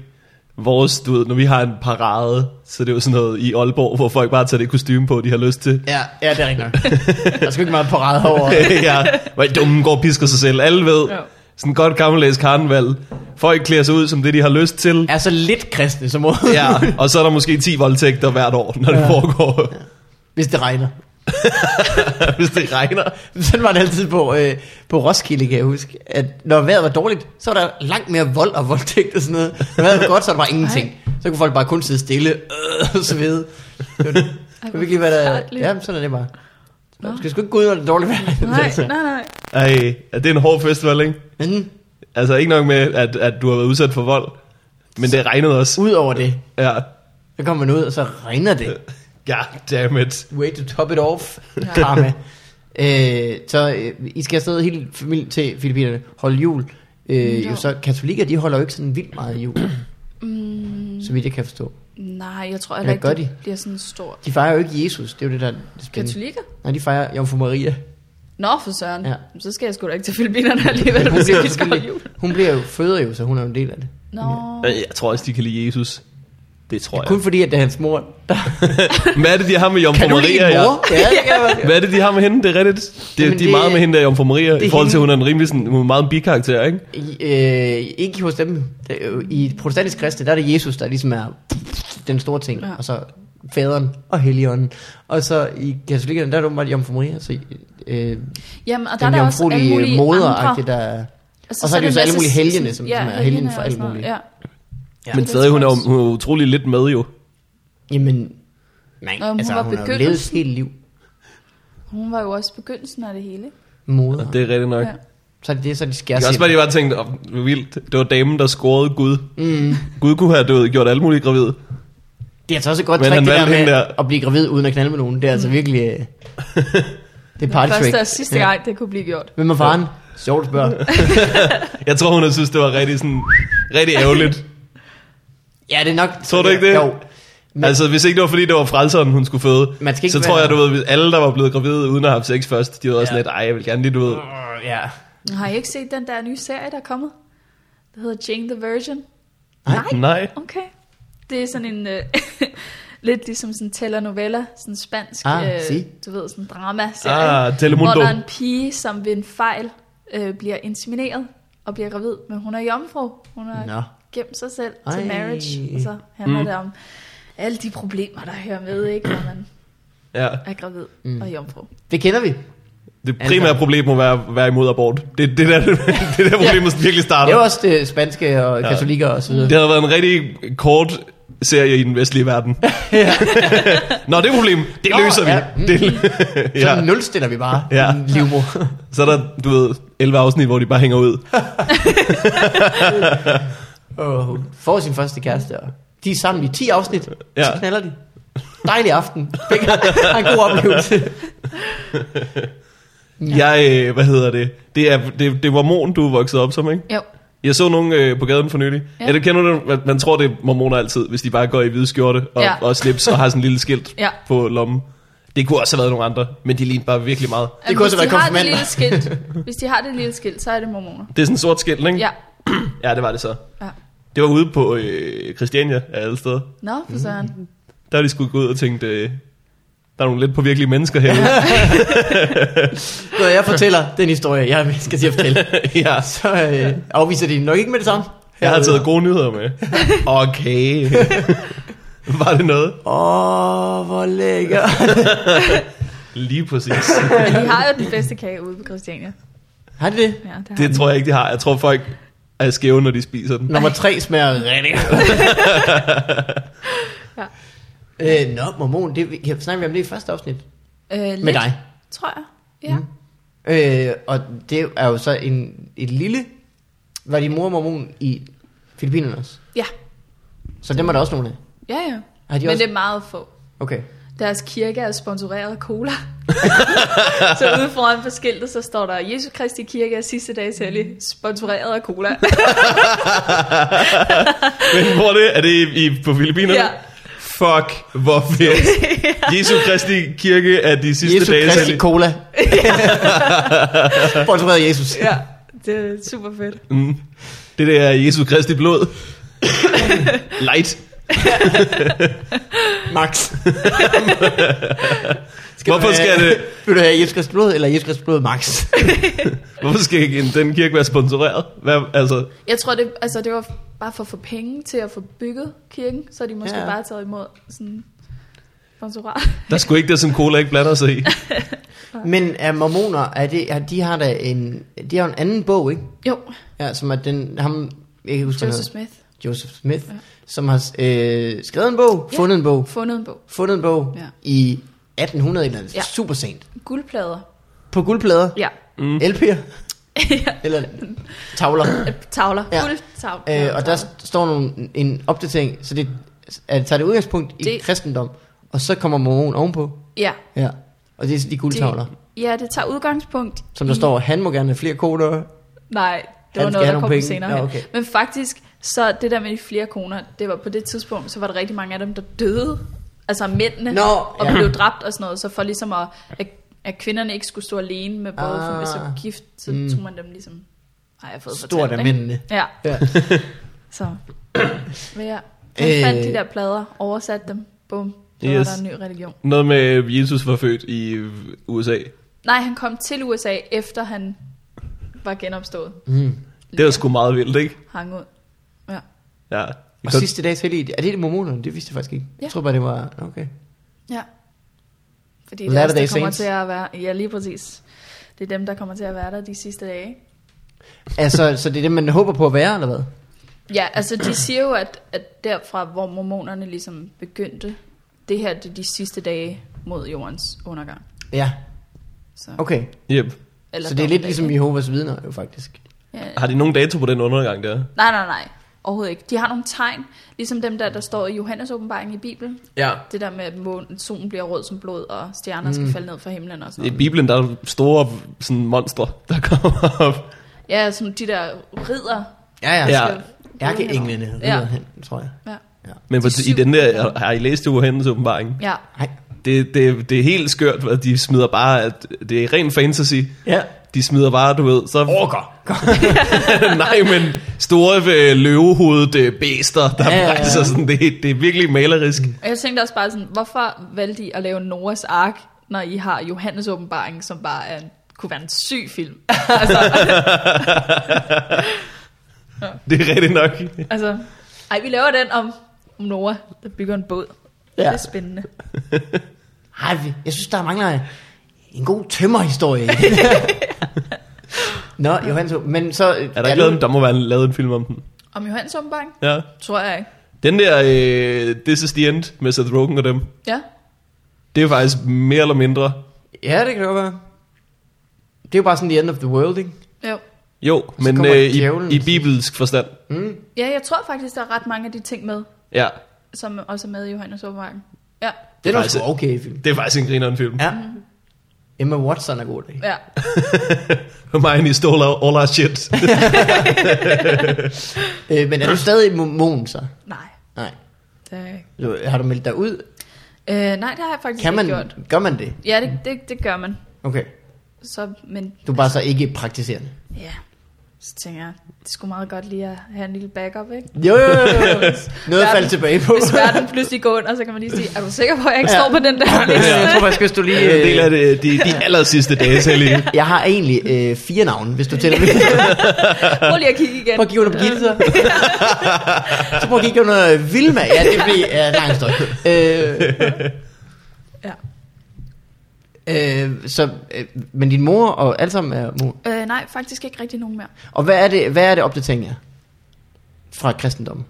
Vores, du ved, når vi har en parade, så det er jo sådan noget i Aalborg, hvor folk bare tager det kostume på, de har lyst til.
Ja, ja det er rigtigt nok. Der er sgu ikke meget parade over.
ja, hvor dumme går og pisker sig selv. Alle ved,
Ja.
sådan en godt gammeldags karneval. Folk klæder sig ud som det, de har lyst til.
Er så lidt kristne som måde, ja.
Ja, og så er der måske 10 voldtægter hvert år, når det
Ja.
foregår,
hvis det regner.
hvis det regner.
Sådan var det altid på, øh, på Roskilde, kan jeg huske. At når vejret var dårligt, så var der langt mere vold og voldtægt og sådan noget. Når vejret var godt, så var der bare ingenting. Så kunne folk bare kun sidde stille øh, og svede. Det var Jeg ved ikke lige, hvad der...
forfærdeligt.
Ja, men sådan er det bare.
Nå.
Du skal sgu ikke gå ud, når det er dårligt vejr.
Nej, nej, nej.
Ej, er det en hård festival, ikke?
Men
Altså ikke nok med, at, at du har været udsat for vold, men det regnede også.
ud over det,
Ja,
så kommer man ud, og så regner det.
god damn it.
Way to top it off,
Ja.
karma. Øh, så øh, I skal afsted hele familien til Filippinerne, holde jul. Øh,
Nå.
jo, så katolikker, de holder jo ikke sådan vildt meget jul,
Mm,
så vidt jeg kan forstå.
nej, jeg tror
Eller
heller ikke,
gør
det
de?
bliver sådan en stor...
De fejrer jo ikke Jesus, det er jo det, der er det spændende.
Katolikker?
Nej, de fejrer Jomfru Maria.
Nå, for søren.
Ja.
Ja. Så skal jeg sgu da ikke til Filippinerne alligevel,
Hun
hvis
bliver,
jeg
jo
skal holde jul.
selvfølgelig- hun bliver jo føder jo, så hun er jo en del af det.
Nå.
Ej, Jeg tror også, de kan lide Jesus. Det tror jeg.
Kun fordi, at det er hans mor. Der...
Hvad er det, de har med Jomfru
Kan du lide
Maria?
en
ja?
mor? Ja, det kan jeg godt.
Hvad er det, de har med hende? Det er rigtigt. Det,
Jamen,
de er
det-
meget med hende der Jomfru Maria, i
er
forhold til, at hun
hende.
er en rimelig sådan, hun er meget en bikarakter, ikke?
I, øh, ikke hos dem. Det er jo- I protestantisk kristne, der er det Jesus, der ligesom er den store ting. Ja.
Ja.
Og så faderen og helligånden. Og så i katolikkerne, der er det åbenbart Jomfru Maria. Så, øh,
Jamen, og der er
den
der også alle
jomfruelige
mulige
moderagtige,
andre. Altså,
der er... Og så er det jo så
en
alle
masse
mulige helgene,
sådan-
som- som er helgen for
og
alle
sådan noget.
mulige.
Ja.
Ja.
Men
Det
stadig,
tror
hun er,
jeg
jo-
også.
hun er jo utrolig lidt med jo.
Jamen, man,
Nå, men hun
altså,
var
hun har jo
begyndt.
levet sit hele liv.
Hun var jo også begyndelsen af det hele.
Moder.
Det er rigtigt nok.
Ja.
Så er det det, så de skærer
Jeg kan også bare lige bare tænkt, oh, vildt. Det var damen, der scorede Gud.
Mm.
Gud kunne have død, gjort alle mulige gravide.
Det er altså også et godt
Men
trick,
han
det der
valgte
med
hende
der.
der.
at blive gravid uden at knalde med nogen. Det er altså virkelig... øh, det er party
Mm. Første og
trick.
sidste gang, det kunne blive gjort.
Hvem er faren? Sjovt spørg.
Jeg tror, hun har synes, det var rigtig, sådan, rigtig ærgerligt.
Ja, det er nok...
Tror du ikke det?
Jo. Men-
Men, altså, hvis ikke det var, fordi det var frelseren, hun skulle føde,
Man skal ikke
så
være-
tror jeg, du ved, hvis alle, der var blevet gravide uden at have haft sex først, de var også
Ja.
ja. lidt, ej, jeg vil gerne lige, du ved.
Åh, Ja.
Har I ikke set den der nye serie, der er kommet? Det hedder Jane the Virgin.
Nej.
Okay. Det er sådan en... Øh, lidt ligesom sådan telenovella, sådan spansk, øh,
Ah, si.
du ved, sådan drama
Ah, Telemundo.
Hvor der er en pige, som ved en fejl øh, bliver insemineret og bliver gravid, men hun er jomfru. Hun har
Nå.
gemt sig selv Ej.
Ej.
til marriage, og så handler mm. det om alle de problemer, der hører med, ikke, når man
Ja.
er gravid mm. og jomfru.
Det kender vi.
Det primære problem må være, være imod abort. Det, det, der, det er der problemet ja. virkelig starter.
Det er jo også det spanske og katolikker og så videre.
Det havde været en rigtig kort serie i den vestlige verden. Nå, det problem, det
Nå,
løser vi.
ja. Mm.
Det,
Så
ja.
nulstiller vi bare
Ja.
ja. livmor.
Så er der, du ved, 11 afsnit, hvor de bare hænger ud.
og hun får sin første kæreste, og de er sammen i 10 afsnit, ja.
Ja.
så knaller de. Dejlig aften. Begge har en god oplevelse.
Jeg, øh, hvad hedder det? Det, er, det, det var morgen, du er vokset op som, ikke?
Jo.
Jeg så nogen øh, på gaden for nylig. Ja.
Ja.
ja, det kender du. Man, man tror, det er mormoner altid, hvis de bare går i hvide skjorte og, ja.
Ja.
og slips og har sådan en lille skilt
Ja.
på lommen. Det kunne også have været nogle andre, men de lignede bare virkelig meget.
Det kunne også
hvis de
være
har det
konfirmander.
lille skilt, hvis de har det lille skilt, så er det mormoner.
Det er sådan en sort skilt, ikke?
Ja.
ja, det var det så.
ja.
Det var ude på øh, Christiania af alle steder.
Nå, for
Mm.
søren.
Der var de skulle gå ud og tænkt, øh, der er nogle lidt påvirkelige mennesker herude.
Når jeg fortæller den historie, jeg skal til at fortælle,
ja.
så øh, afviser de den nok ikke med det samme.
Jeg har taget gode nyheder med. Okay. var det noget?
Åh, hvor lækker.
Lige præcis.
Men de har jo den bedste kage ude på Christiania.
Har de det?
Ja, det har de.
Det tror jeg ikke, de har. Jeg tror, folk er skæve, når de spiser den.
Nummer tre smager rigtig godt. øh, nå, mormon, det, kan snakke om det i første afsnit
Øh, lidt,
med dig.
Tror jeg. Ja. Mm.
Øh, og det er jo så en, et lille, var din mor og mormon i Filippinerne også?
Ja.
Så dem er der også nogle af.
Ja, ja.
Har de
Men
også-
det er meget få.
Okay.
Deres kirke er sponsoreret af cola. så ude foran på skiltet, så står der, Jesu Kristi kirke er sidste dags hellig, sponsoreret af cola.
Men hvor er det? Er det i, i, på Filippinerne?
Ja.
Fuck, hvor fedt. Jesu Kristi kirke er de sidste
Jesus
dage
Kristi Cola. Sponsoreret af Jesus.
ja, det er super fedt.
mm. Det der er Jesu Kristi blod. Light.
Max.
Hvorfor skal det-
Vil du have Jesu Kristi blod, eller Jesu Kristi blod Max?
Hvorfor skal ikke en- den kirke være sponsoreret? Hvad, altså,
Jeg tror, det, altså, det var bare for at få penge til at få bygget kirken, så de måske
Ja.
ja. bare taget imod sådan sponsorat.
der skulle ikke det, som cola ikke blander sig i.
Men er mormoner, er det, er, de har da en, de har en anden bog, ikke?
Jo,
Ja, som er den, ham, jeg kan ikke huske, hvad han
Joseph
hedder.
Smith.
Joseph Smith,
Ja.
ja. som har øh, skrevet en bog,
Ja.
ja. fundet en bog,
Fundet en bog.
fundet en bog
Ja.
ja. i 1800 eller andet.
Ja.
Ja. Super sent.
Guldplader.
På guldplader,
Ja.
mm. LP'er eller tavler.
Tavler.
Ja.
Guldtavler.
Øh, og der st- står nogle, en opdatering, så det at tager det udgangspunkt det. i
Det-
kristendom, og så kommer mormon ovenpå.
Ja.
Ja. Og det er de guldtavler,
Det, Mm. ja, det tager udgangspunkt
som der
i-
står, han må gerne have flere koder.
Nej,
Han
det var
skal
noget,
have
der
nogle
kom
penge.
senere
Ja,
hen.
okay.
Men faktisk, så det der med de flere koner, det var på det tidspunkt, så var der rigtig mange af dem, der døde. Altså mændene,
Nå,
og
ja.
blev dræbt og sådan noget. Så for ligesom at, at, at kvinderne ikke skulle stå alene med både ah,
Ah.
hvis var gift, så mm.
Mm.
tog man dem ligesom... Har jeg fået
Stort af
fortalt, ikke?
mændene.
Ja,
Ja.
så... Men ja, han øh.
Øh.
fandt de der plader, oversatte dem, bum, så yes. var
Yes.
der en ny religion.
Noget med, øh, Jesus var født i øh, USA.
Nej, han kom til USA, efter han var genopstået.
Mm.
Det var sgu meget vildt, ikke?
Hang ud. Ja.
Ja.
Og
Godt.
sidste dags hellige, er det det mormonerne? Det vidste jeg faktisk ikke.
Ja.
Jeg tror bare, det var, okay.
Ja. Fordi det er
Latter-day
også, der kommer
Saints.
til at være... Ja, lige præcis. Det er dem, der kommer til at være der de sidste dage. ikke?
Altså, så det er det, man håber på at være, eller hvad?
Ja, altså de siger jo, at, at derfra, hvor mormonerne ligesom begyndte, det her det er de sidste dage mod jordens undergang.
Ja,
Så,
okay.
Yep.
så det er lidt
dommedag,
ligesom
ikke?
Jehovas vidner, jo faktisk.
Ja.
Har de nogen dato på den undergang der?
Nej, nej, nej. Overhovedet ikke. De har nogle tegn, ligesom dem der, der står i Johannes åbenbaring i Bibelen.
Ja.
Det der med, at månen- solen bliver rød som blod, og stjerner mm. skal falde ned fra himlen og sådan
I
noget.
Bibelen, der er store sådan, monstre, der kommer op.
Ja, som de der ridder.
Ja, ja.
Ja.
ja.
skal
Ærkeenglene hedder
Ja.
han, tror jeg.
Ja.
Ja.
Men på,
De
i
syv-
den der, har I læst det Johannes åbenbaring?
ja.
Nej.
Det, det, det er helt skørt, at de smider bare, at det er ren fantasy.
Ja.
De smider bare, du ved, så...
Orker.
Nej, men store øh, løvehovedet øh, bæster,
Ja,
der
ja,
ja,
ja. Mm.
rejser sådan, det, det er virkelig malerisk.
Og jeg tænkte også bare sådan, hvorfor valgte I at lave Noras Ark, når I har Johannes åbenbaring, som bare er, en- kunne være en syg film? altså,
Det er rigtigt nok.
altså, ej, vi laver den om, om Nora, der bygger en båd. Ja.
Ja.
Det er spændende.
Ej, vi- jeg synes, der mangler en god tømmerhistorie. Nå, Johannes, men så...
Er der ikke lavet, en- der må være lavet en film om den?
Om Johannes åbenbaring?
Ja.
Tror jeg ikke.
Den der øh, This is the End med Seth Rogen og dem,
Ja.
det er faktisk mere eller mindre
Ja, det kan det godt være. Det er jo bare sådan the end of the world, ikke?
Jo.
Jo, men
kommer
øh, i,
djævlen,
i
så-
bibelsk forstand.
Mm.
Ja, jeg tror faktisk, der er ret mange af de ting med,
Ja,
som også er med i Johannes åbenbaring. Ja.
Det er nok
faktisk-
sgu okay film.
det er faktisk en grineren film. Ja.
Ja. Emma Watson er god dag.
Ja.
Hermione stole all our shit.
Øh, men er du stadig mormon så?
Nej.
Nej.
Det er jeg ikke.
Du- Har du meldt dig ud?
Øh, nej, det har jeg faktisk
Kan man,
ikke gjort.
gør man det?
Ja, det, det, det gør man.
Okay.
Så, men
Du er bare så ikke praktiserende.
Ja, så tænker jeg, det skulle meget godt lige at have en lille backup, ikke?
Jo, jo, jo, jo. Noget at falde tilbage på.
Hvis verden pludselig går under, så kan man lige sige, er du sikker på, at jeg ikke ja.
Ja.
står på den der
jeg tror
liste?
faktisk, hvis du lige...
Det er en del af
Øh,
det, de, de aller sidste dage, selv lige.
jeg har egentlig øh, fire navne, hvis du tæller med.
Prøv lige at kigge igen.
Prøv at kigge under Birgitte så. så prøv at kigge under øh, Vilma. Ja, det bliver ja, lang støj. Øh,
Ja.
øh, så, øh, men din mor og alt sammen er mor.
Øh, nej, faktisk ikke rigtig nogen mere.
Og hvad er det, hvad er det opdatering er? Fra kristendommen?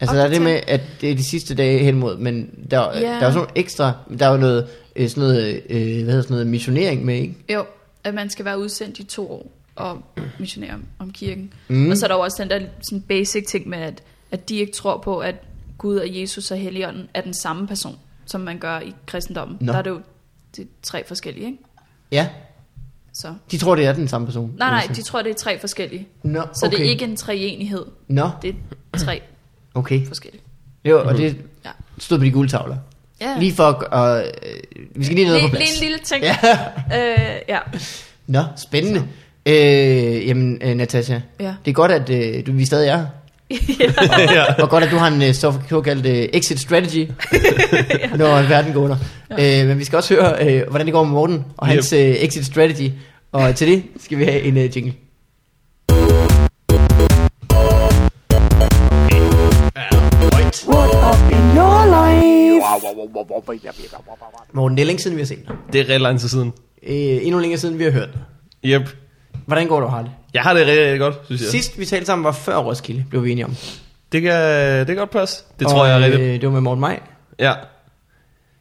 Altså der er det med, at det er de sidste dage hen mod, men der,
Ja.
yeah. der er jo sådan nogle ekstra, der er jo noget, øh, sådan noget, øh, hvad hedder sådan noget, missionering med, ikke?
Jo, at man skal være udsendt i to år og missionere om, om kirken. Mm.
Mm.
Og så er der jo også den der sådan basic ting med, at, at de ikke tror på, at Gud og Jesus og Helligånden er den samme person, som man gør i kristendommen.
Nå.
Der er det jo det er tre forskellige, ikke?
Ja,
Så.
de tror, det er den samme person.
Nej, nej, de tror, det er tre forskellige.
Nå, okay.
Så okay. det er ikke en treenighed.
Nå,
Det er tre
okay.
forskellige.
Jo, og det
Ja.
stod på de gule tavler.
Ja.
Lige for at, og, øh, vi skal lige ned på
lige,
plads.
lige en lille ting. Ja.
Ja.
Øh, ja.
Nå, spændende. Øh, jamen, øh, Natasha,
Ja.
det er godt, at øh, du, vi stadig er her.
ja.
Og godt, at du har en øh, så- såkaldt øh, exit strategy, når verden går under. Øh, men vi skal også høre, øh, hvordan det går med Morten og
Yep.
hans øh, exit strategy. Og til det skal vi have en øh, jingle.
What up in your life?
Morten, det er længe siden, vi har set dig.
Det er rigtig lang tid siden.
Øh, endnu længere siden, vi har hørt dig.
Yep.
Hvordan går du, Harald?
Jeg har det rigtig, rigtig godt, synes jeg.
Sidst vi talte sammen var før Roskilde, blev vi enige om.
Det kan, det kan godt passe. Det tror jeg er rigtigt.
Øh, det var med Morten Maj.
Ja.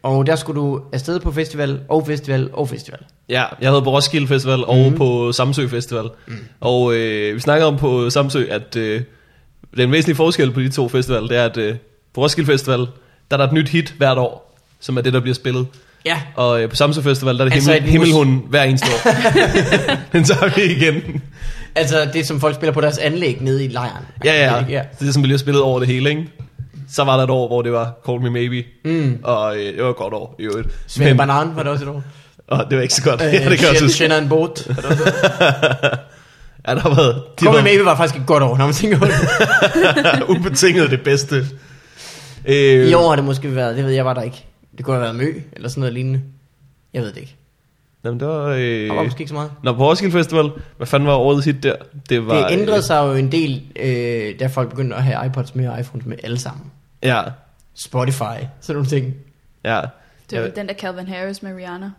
Og der skulle du afsted på festival, og festival, og festival.
Ja, jeg havde på Roskilde Festival og mm. på Samsø Festival. Mm. Og øh, vi snakkede om på Samsø, at øh, den væsentlige forskel på de to festivaler, det er, at øh, på Roskilde Festival, der er der et nyt hit hvert år, som er det, der bliver spillet.
Ja.
Og øh, på Samsø Festival, der er det
Altså
altså himmel,
et mus-
himmelhunden hver eneste år. den tager vi igen.
Altså det, som folk spiller på deres anlæg nede i lejren.
Ja, ja.
ja.
ja. Det er som bliver spillet over det hele, ikke? Så var der et år, hvor det var Call Me Maybe, mm. og øh, det var et godt år i øvrigt.
Svend Banan var det også et år.
og det var ikke så godt. Øh, ja, det kan jeg også huske.
Sender en båt.
Ja, der har været, de
Kom
har
med Maybe var faktisk et godt år, når man tænker på det.
været ubetinget det bedste. Øh,
I år har det måske været, det ved jeg var der ikke. Det kunne have været Mø, eller sådan noget lignende. Jeg ved det ikke.
Jamen, det var...
Der var
Øh,
måske ikke så meget.
Nå, på Roskilde Festival, hvad fanden var årets hit der? Det var... øh,
Det ændrede sig jo en del, øh, da folk begyndte at have iPods med og iPhones med alle sammen.
Øh, ja,
Spotify, sådan nogle ting.
ja.
Det var
Ja.
den der Calvin Harris med Rihanna.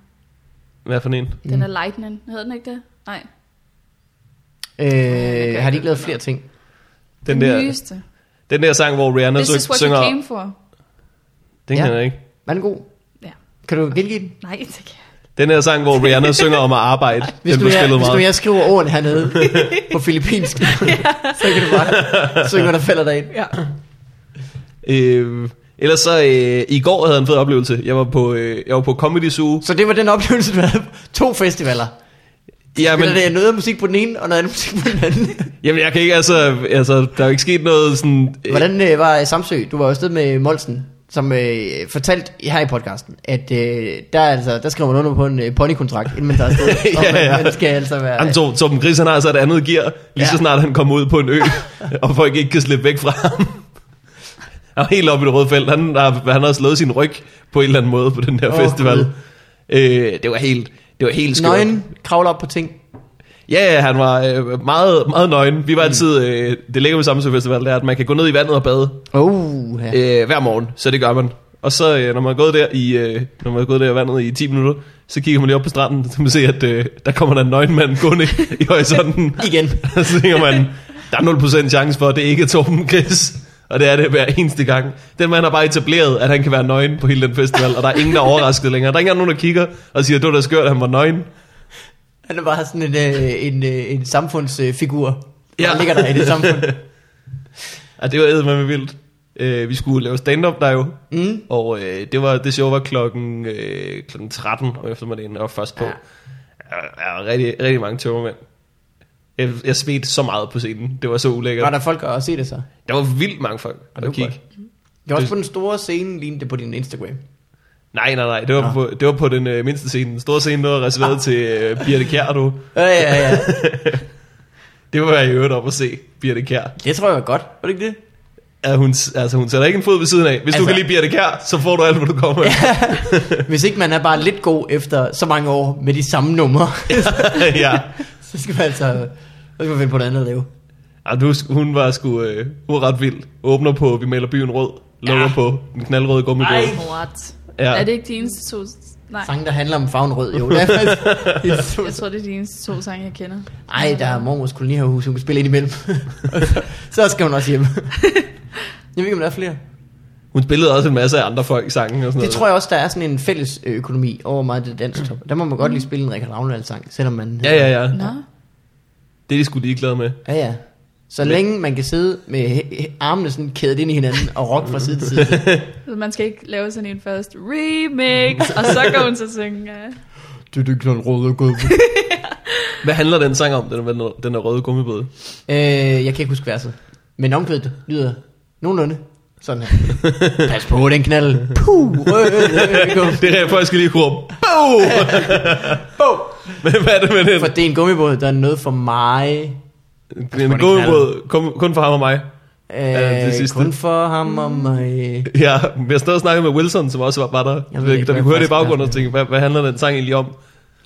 Hvad for en?
Den er Lightning, hedder den ikke det? Nej.
Øh, har de ikke lavet
den
flere ting?
Den der,
nyeste.
den der sang, hvor Rihanna
This
så,
is what
synger...
you came for.
Den
Ja.
kender jeg ikke.
Var den god?
Ja.
Kan du gengive den?
Nej, det kan jeg.
Den der sang, hvor Rihanna synger om at arbejde,
Hvis,
den
nu
blev
jeg,
spillet
hvis nu
meget.
jeg skriver ordene hernede på filippinsk, så kan du bare synge, hvad der falder dig ind.
Ja.
Øh, ellers så, øh, i går havde jeg en fed oplevelse. Jeg var på, øh, jeg var på Comedy Zoo.
Så det var den oplevelse, du havde på to festivaler. Ja, men... Der er noget af musik på den ene, og noget andet musik på den anden.
jamen, jeg kan ikke, altså, altså, der er jo ikke sket noget sådan... øh,
Hvordan øh, var øh, Samsø? Du var jo afsted med Molsen, som øh, fortalte her i podcasten, at øh, der, er altså, der skriver man under på en øh, ponykontrakt, inden man tager afsted.
Ja,
Og man-
ja.
Man skal altså være...
Han tog, Torben Gris, han har altså et andet gear, lige ja.
Ja.
så snart han kommer ud på en ø, og folk ikke kan slippe væk fra ham. Han er helt oppe i det røde felt. Han har, han har slået sin ryg på en eller anden måde på den her
Åh,
oh, festival.
Gud.
Øh, det var helt, det var helt skørt.
Nøgen kravler op på ting.
Ja, han var øh, meget, meget nøgen.
Mm.
Vi var altid, øh, det ligger ved Samsø Festival, det er, at man kan gå ned i vandet og bade
Oh, ja.
øh, hver morgen, så det gør man. Og så, øh, når man er gået der i, øh, når man er gået der i vandet i 10 minutter, så kigger man lige op på stranden, så kan man se, at øh, der kommer der en nøgen mand gående i horisonten.
Igen.
Og så tænker man, der er 0% chance for, at det ikke er Torben Chris. Og det er det hver eneste gang. Den mand har bare etableret, at han kan være nøgen på hele den festival, og der er ingen, der er overrasket længere. Der er ikke engang nogen, der kigger og siger, det var da skørt, at han var nøgen.
Han er bare sådan en, øh, en, øh, en samfundsfigur, ja.
Ja.
der ligger der i det samfund.
Ja, det var eddermame vildt. Øh, vi skulle lave stand-up der jo, mm. og øh, det, var, det show var klokken, øh, klokken 13 om eftermiddagen, jeg var først på. Ja. Jeg var rigtig, rigtig mange tømmermænd. Jeg, jeg svedte så meget på scenen, det var så ulækkert.
Var der folk at se det så?
Der var vildt mange folk
det var
at kigge.
godt. Det var også på den store scene, lignede det på din Instagram.
Nej, nej, nej, det var, på, det var på den øh, mindste scene. Den store scene, der var reserveret ah. til øh, Birte Kjær, du.
Ja, ja, ja.
Det var jeg i øvrigt op at se, Birte Kjær.
Det tror jeg var godt. Var det ikke det?
At hun, altså, hun sætter ikke en fod ved siden af. Hvis altså, du
Altså-
kan lide Birte Kjær, så får du alt, hvad du kommer efter.
Hvis ikke man er bare lidt god efter så mange år med de samme numre,
ja.
så skal man altså så skal man finde på noget andet at lave.
Ja, du, hun var sgu øh, hun var ret vild. Åbner på, vi maler byen rød. Lukker ja. på, den knaldrøde gummibåd.
What?
Ja.
Ja. Er det ikke de eneste to... Nej,
Sange, der handler om farven rød, jo. Der er faktisk...
jeg tror, det er de eneste to sange, jeg kender.
Ej, der er mormors kolonihavehus, hun kan spille ind imellem. så skal hun også hjem. Jeg ved ikke, om der er flere.
Hun spillede også en masse af andre folk sange og sådan
Det
noget.
tror jeg også, der er sådan en fælles øh, økonomi over meget af det danske top. Der må man godt lige spille en Rikard Ravnland-sang, selvom man...
Ja, ja, ja.
Nå,
Det er de sgu ligeglade med.
Ja, ja. Så længe man kan sidde med he- he- armene sådan kædet ind i hinanden og rock fra side til side.
så man skal ikke lave sådan en først remix, og så går hun så synge. øh. ja.
Det er ikke sådan rød og god.
Hvad handler den sang om, den, den, den der røde gummibåd?
Øh, jeg kan ikke huske verset. Men omkvædet lyder nogenlunde sådan her. Pas på den knald. Puh, rød, gum.
Det er jeg skal lige kunne råbe. Bow! Men hvad er det med den?
For det er en gummibåd, der er noget for mig.
en gummibåd, kun, kun for ham og mig. Ja, det
Øh,
sidste. Mm.
kun for ham og mig.
Ja, vi har stadig snakket med Wilson, som også var, var der.
Jeg
Jeg
ved
ved,
ikke,
da vi
hvad
kunne høre det i
faktisk
baggrunden, og tænkte, hvad, hvad handler den sang egentlig om?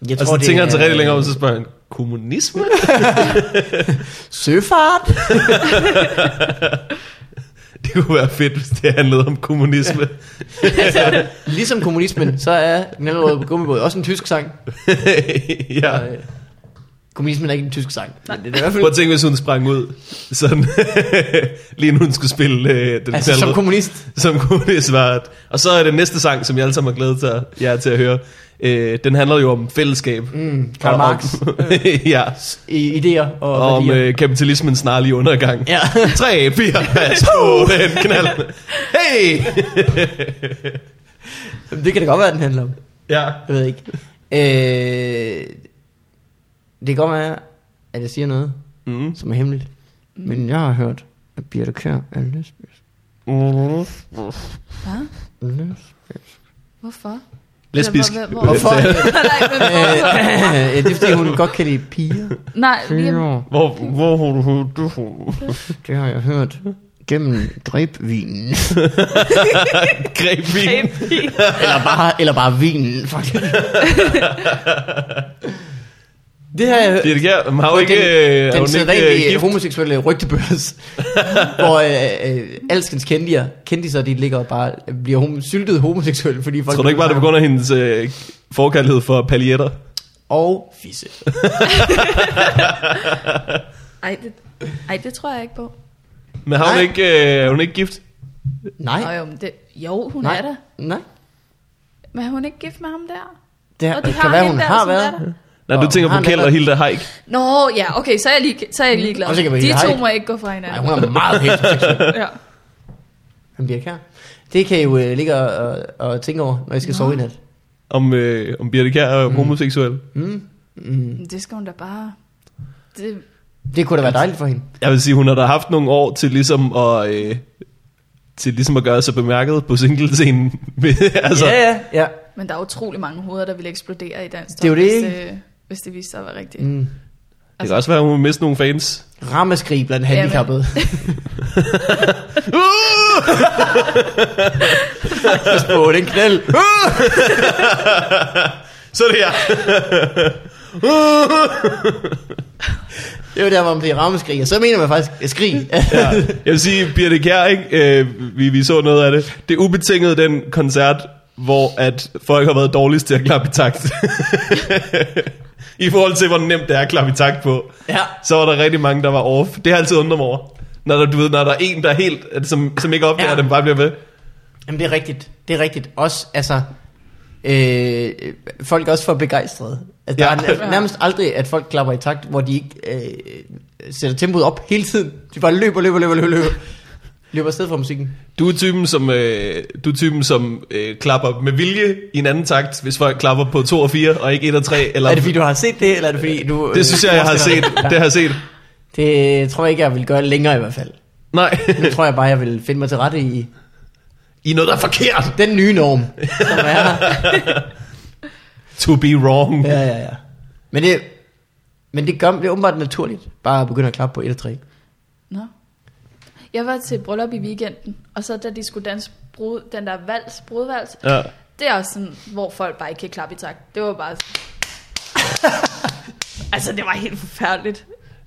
Jeg
og
det
så Altså, tænker han så
er
rigtig længere om, og så spørger han, kommunisme?
Søfart?
Det kunne være fedt, hvis det handlede om kommunisme.
Ligesom kommunismen, så er den allerede på gummibåd også en tysk sang.
ja.
Øh, Kommunismen er ikke en tysk sang. Nej. Det er i hvert
Prøv at
fald,
tænke, hvis hun sprang ud, sådan, lige nu hun skulle spille øh, den
altså, som kommunist.
som kommunist var. at- Og så er den næste sang, som jeg alle sammen har glædet jer ja, til at høre. Øh, den handler jo om fællesskab.
Mm, Karl
Og-
Marx.
ja,
I, idéer og,
og om
værdier.
øh, kapitalismens snarlige undergang.
Ja.
3, 4, pas på den knald. Hey! øh,
Jamen, Det kan det godt være, den handler om.
Ja.
Jeg ved ikke. Øh, det kan godt være, at jeg siger noget,
Mm.
som er hemmeligt. Men jeg har hørt, at Birte Kær er lesbisk. Øh,
Hvad?
lesbisk.
Hvorfor?
Lesbisk.
Eller hvor- hvor-
Hvorfor?
Nej, men hvorfor?
ja, det er fordi, hun godt kan lide piger.
Nej, jamen,
Piger,
Hvor, hvor har du hørt det fra?
det har jeg hørt gennem dræbvinen.
Greb vin.
baby.
eller, bare, eller bare vinen, fuck. det har jeg hørt.
Birte Kjær, har jo
Den-
ikke, øh, har
den
hun ikke øh,
sædvanlige
gift?
homoseksuelle rygtebørs, hvor øh, øh, alskens kendier, kendiser, de ligger og bare bliver homo, syltet homoseksuelle, fordi folk...
Tror du ikke bare, det er på grund af hendes øh, forkærlighed for paljetter?
Og fisse.
Ej det, ej, det tror jeg ikke på.
Men har hun
Nej.
ikke, øh, er hun ikke gift?
Nej.
Nå, jo, men det, jo, hun
nej,
er der.
Nej.
Men er hun ikke gift med ham der?
Det
Og de har
kan være,
hende
hun
der,
har
som
været.
er der.
Nej, du
Nå,
tænker
har
på
han
Kjeld
heller-
og Hilda Haik.
Nå, ja, okay, så er jeg, lige, så er jeg ligeglad.
Og så kan vi-
De
jeg har
to
Mm. ikke-
må ikke gå fra
Nej,
hinanden.
hun er meget heteroseksuel.
ja.
Han bliver kær. Det kan I jo øh, ligge og, og, og tænke over, når I skal sove i nat.
Om, øh, om Birte Kjær er homoseksuel.
Mm. Mm.
Men Det skal hun da bare... Det,
Det kunne da være
Altså-
dejligt for hende.
Jeg vil sige, hun har da haft nogle år til ligesom at... Øh, til ligesom at gøre sig bemærket på singlescenen. altså, yeah.
ja. ja.
men der er utrolig mange hoveder, der ville eksplodere i dansk.
Det er jo det,
hvis,
ikke?
øh, hvis det viste sig at være rigtigt. Mm.
Mm.
Det kan også være, at hun vil miste nogle fans.
Rammeskrig blandt
Jamen.
handicappede. Pas på, den knæld.
Så er det her.
Det er jo der, hvor man bliver rammeskrig, og så mener man faktisk øh, skrig.
Ja. Jeg vil sige, Birte Kjær, ikke? Øh, vi, vi så noget af det. Det er ubetinget den koncert, hvor at folk har været dårligst til at klappe i takt. I forhold til, hvor nemt det er at klappe i takt på.
ja.
så var der rigtig mange, der var off. Det har jeg altid undret mig over. Når der, du ved, når der er en, der er helt, at- som, som ikke opdager,
Ja.
ja. den bare bliver ved.
Jamen, det er rigtigt. Det er rigtigt. Også, altså... Øh, folk er også for begejstrede. Altså, ja.
Ja.
Der er nærmest aldrig, at folk klapper i takt, hvor de ikke øh, sætter tempoet op hele tiden. De bare løber, løber, løber, løber, løber. Løber afsted fra musikken.
Du er typen, som, øh, du er typen, som øh, klapper med vilje i en anden takt, hvis folk klapper på 2 og 4, og ikke 1 og 3. Eller,
Er det fordi, du har set det, eller er det fordi, du... øh,
det synes jeg, jeg har set.
forestiller dig?
Det har jeg set.
Det tror jeg ikke, jeg vil gøre længere i hvert fald.
Nej,
Nu tror jeg bare, jeg vil finde mig til rette i
I er noget, der er forkert.
den nye norm, som er her.
To be wrong.
Ja, ja, ja. Men det, men det, gør, det er åbenbart naturligt, bare at begynde at klappe på 1 og 3.
Nå. Jeg var til bryllup i weekenden, og så da de skulle danse brud, den der vals, brudvals,
Ja.
det er også sådan, hvor folk bare ikke kan klappe i takt. Det var bare... altså, det var helt forfærdeligt.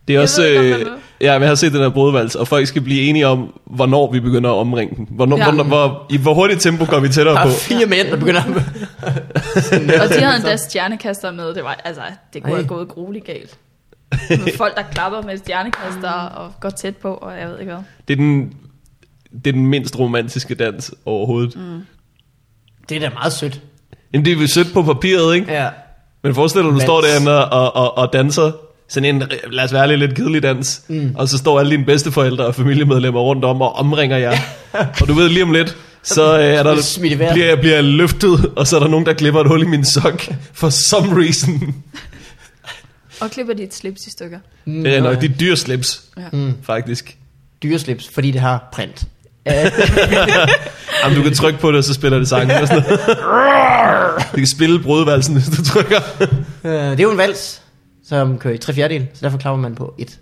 Det er
Jeg
også,
ved ikke, om
øh,
man ved.
ja, men jeg har set den her brudvals, og folk skal blive enige om, hvornår vi begynder at omringe den. Hvornår,
Ja.
ja. hvornår, hvor, I hvor hurtigt tempo går vi tættere
Der
på?
er fire mænd, der begynder at...
Og de havde endda stjernekaster med. Det var, altså, det kunne
Ej.
have gået grueligt galt. Med folk, der klapper med stjernekaster og går tæt på, og jeg ved ikke hvad.
Det er den, det er den mindst romantiske dans overhovedet. Mm.
Det er da meget sødt.
Jamen, det er jo sødt på papiret, ikke? Ja.
Ja.
Men forestil dig, du
Dans.
står derinde og, og, og danser sådan en, lad os være ærlig, lidt kedelig dans, mm. og så står alle dine bedsteforældre og familiemedlemmer rundt om og omringer jer. og du ved lige om lidt, så øh, er der,
bliver smidt i vejret.
bliver, jeg, bliver jeg løftet, og så er der nogen, der klipper et hul i min sok, for some reason.
Og klipper de et slips i stykker.
Mm,
Det er nok
nå,
dit dyrslips,
Ja.
mm. faktisk.
Dyreslips, fordi det har print.
Jamen, du kan trykke på det, og så spiller det sangen. Og sådan noget. du kan spille brudvalsen, hvis du trykker.
Øh, det er jo en vals, som kører i tre fjerdedel, så derfor klapper man på 1.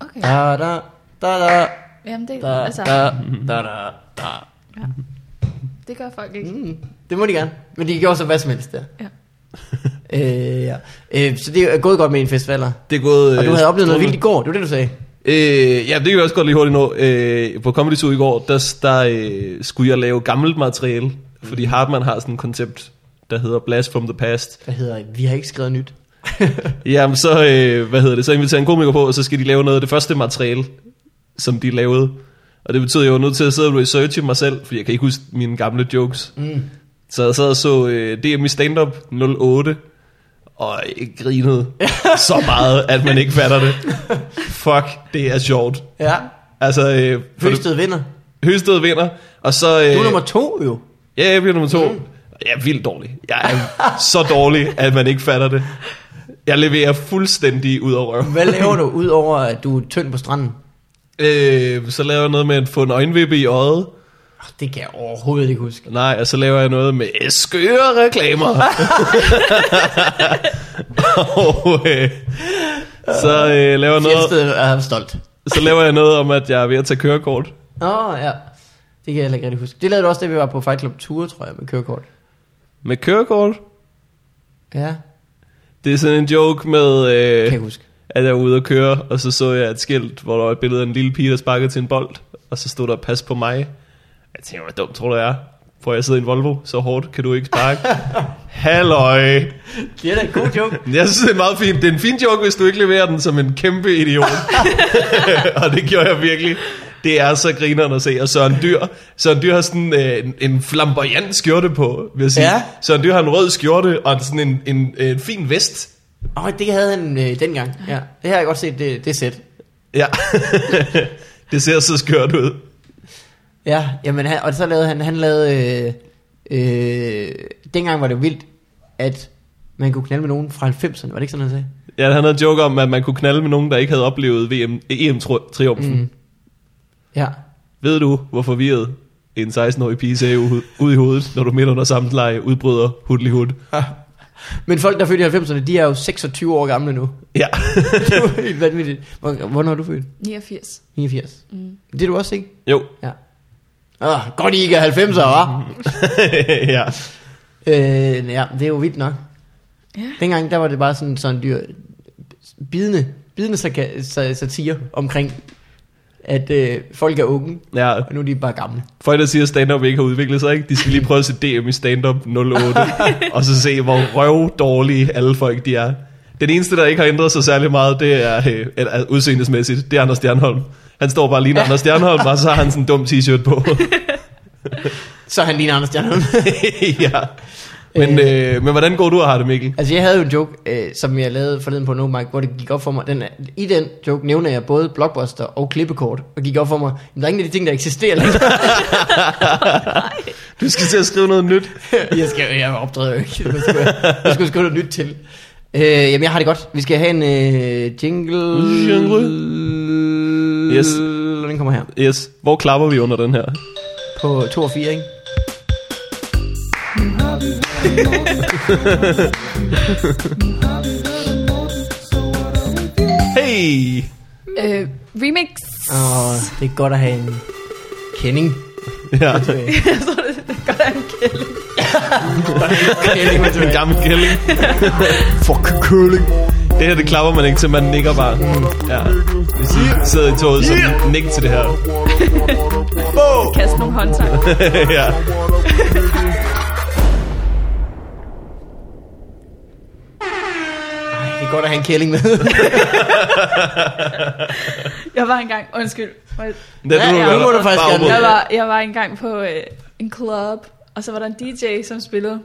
Okay.
Da, da, da, da,
Jamen, det,
da,
altså,
da, da, da, da.
det gør folk ikke.
Mm, det må de gerne. Men de gjorde så hvad som helst der.
Ja.
øh, ja. øh, så det er gået godt med en festivaler.
Det er gået,
Og du
øh,
havde oplevet noget
strålende.
vildt i går, det var det, du sagde.
Øh, ja, det kan vi også godt lige hurtigt nå. Øh, på Comedy Zoo i går, der, der øh, skulle jeg lave gammelt materiale, fordi Hartmann har sådan et koncept, der hedder Blast from the Past.
Hvad hedder det? Vi har ikke skrevet nyt.
Jamen så, øh, hvad hedder det, så inviterer jeg en komiker på, og så skal de lave noget af det første materiale, som de lavede. Og det betyder, at jeg var nødt til at sidde og researche mig selv, fordi jeg kan ikke huske mine gamle jokes. Mm. Så jeg sad og så øh, DM i stand-up 08, og jeg grinede så meget, at man ikke fatter det. Fuck, det er sjovt.
Ja.
Altså, øh, for det-
Høsted vinder.
Høsted vinder, og så... Øh,
Du er nummer Mm. to jo.
Ja, jeg bliver nummer to. Jeg er vildt dårlig. Jeg er så dårlig, at man ikke fatter det. Jeg leverer fuldstændig ud over røven.
Hvad laver du, udover at du er tynd på stranden?
Øh, så laver jeg noget med at få en øjenvippe i øjet.
Oh, det kan jeg overhovedet ikke huske.
Nej, og så laver jeg noget med øh, skøre reklamer. og øh, så, øh, laver jeg noget,
Fjeldsted er stolt.
så laver jeg noget om, at jeg er ved at tage kørekort.
Åh, oh, ja. Det kan jeg heller ikke rigtig huske. Det lavede du også, da vi var på Fight Club Tour, tror jeg, med kørekort.
Med kørekort?
Ja,
Det er sådan en joke med... Øh,
kan jeg huske.
at jeg var ude at køre, og så så jeg et skilt, hvor der var et billede af en lille pige, der sparkede til en bold, og så stod der, pas på mig. Jeg tænkte, hvor dumt tror du, jeg er? For jeg sidder i en Volvo, så hårdt kan du ikke sparke. Halløj.
Det er da en god joke.
Jeg synes, det er meget fint. Det er en fin joke, hvis du ikke leverer den som en kæmpe idiot. og det gjorde jeg virkelig. Det er så grineren at se. Og Søren Dyr, Søren Dyr har sådan øh, en, en flamboyant skjorte på, vil jeg sige.
Ja.
Ja. Søren Dyr har en rød skjorte og sådan en, en, en fin vest.
Åh, oh, det havde han øh, dengang. Ja. Det har jeg godt set, det, det sæt.
Ja. det ser så skørt ud.
Ja, jamen, han, og så lavede han, han lavede, øh, øh, dengang var det vildt, at man kunne knalde med nogen fra 90'erne, var det ikke sådan, han sagde?
Ja, han havde en joke om, at man kunne knalde med nogen, der ikke havde oplevet E VM, EM-triumfen. Mm.
Ja.
Ved du, hvor forvirret en 16-årig pige ser ud, ud i hovedet, når du midt under samtleje udbryder hudlig hud?
Men folk, der er født i 90'erne, de er jo 26 år gamle nu.
Ja.
Det er jo helt vanvittigt. Hvor- Hvornår er du født?
89.
89. Mm. Det er du også, ikke?
jo.
Ja. Åh, godt I ikke er 90'er, hva'?
ja.
Øh, ja, det er jo vildt nok.
Ja.
Dengang, der var det bare sådan, sådan dyr, bidende, bidende sarka- sa- satire omkring, at øh, folk er unge,
ja.
og nu er de bare gamle.
Folk, der siger, at stand-up ikke har udviklet sig, ikke? de skal lige prøve at se DM i stand-up 08, og så se, hvor røvdårlige alle folk de er. Den eneste, der ikke har ændret sig særlig meget, det er øh, eller, udseendesmæssigt, det er Anders Stjernholm. Han står bare lige Anders Stjernholm, og så har han sådan en dum t-shirt på.
Så han ligner Anders Stjernholm.
ja. Men, øh, men hvordan går du og har det, Mikkel?
altså, jeg havde jo en joke, øh, som jeg lavede forleden på No Mic, hvor det gik op for mig. Den, er- I den joke nævner jeg både blockbuster og klippekort, og gik op for mig, "Jamen, der er ingen af de ting, der eksisterer længere.
Du skal til at skrive noget nyt.
jeg, skal, jeg optræder jo ikke. Jeg skulle, jeg skulle skrive noget nyt til. Øh, jamen, jeg har det godt. Vi skal have en øh, jingle.
Yes.
Den kommer her.
Yes. Hvor klapper vi under den her?
På 2 og 4, ikke?
Hey!
Øh, remix.
Og det er godt at have en kending.
Ja,
Jeg tror, det er godt, at han kælder.
Kending,
en gammel kælling. Fuck kælling. Det her, det klapper man ikke til, man nikker bare. Ja. Hvis I sidder i toget, så nik til det her. Wow!
Kaste nogle håndtag.
ja.
Det er godt at have en kælling med.
Jeg var engang, undskyld.
Det
Ja, ja, nu må du faktisk gerne.
Jeg var, jeg var engang på øh, en club, og så var der en DJ, som spillede.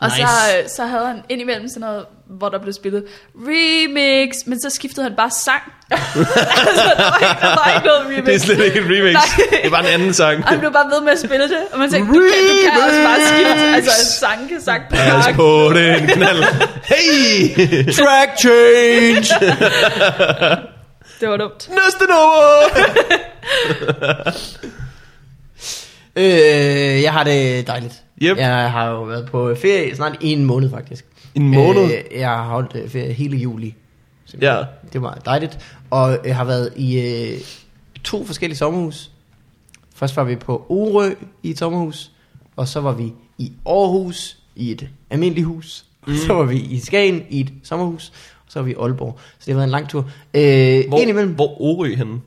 Og nice. så,
Nice.
øh, så havde han indimellem sådan noget, hvor der blev spillet remix, men så skiftede han bare sang. altså, der var ikke, der var ikke noget remix.
Det er slet ikke en remix.
Nej.
Det var en anden sang.
Og han blev bare ved med at spille det, og man tænkte, du kan, du kan også bare skifte, altså en sang kan sagt på
Pas
mark.
på, det er en knald. Hey!
Track change!
Det var dumt.
Næste nummer!
øh, jeg har det dejligt.
Yep.
Jeg har jo været på ferie snart i en måned, faktisk.
En måned?
Øh, jeg har holdt øh, ferie hele juli.
Ja.
Det var dejligt. Og jeg har været i øh, to forskellige sommerhus. Først var vi på Orø i et sommerhus, og så var vi i Aarhus i et almindeligt hus. Mm. Så var vi i Skagen i et sommerhus, og så var vi i Aalborg. Så det har været en lang tur. Øh, hvor, indimellem,
hvor Orø henne?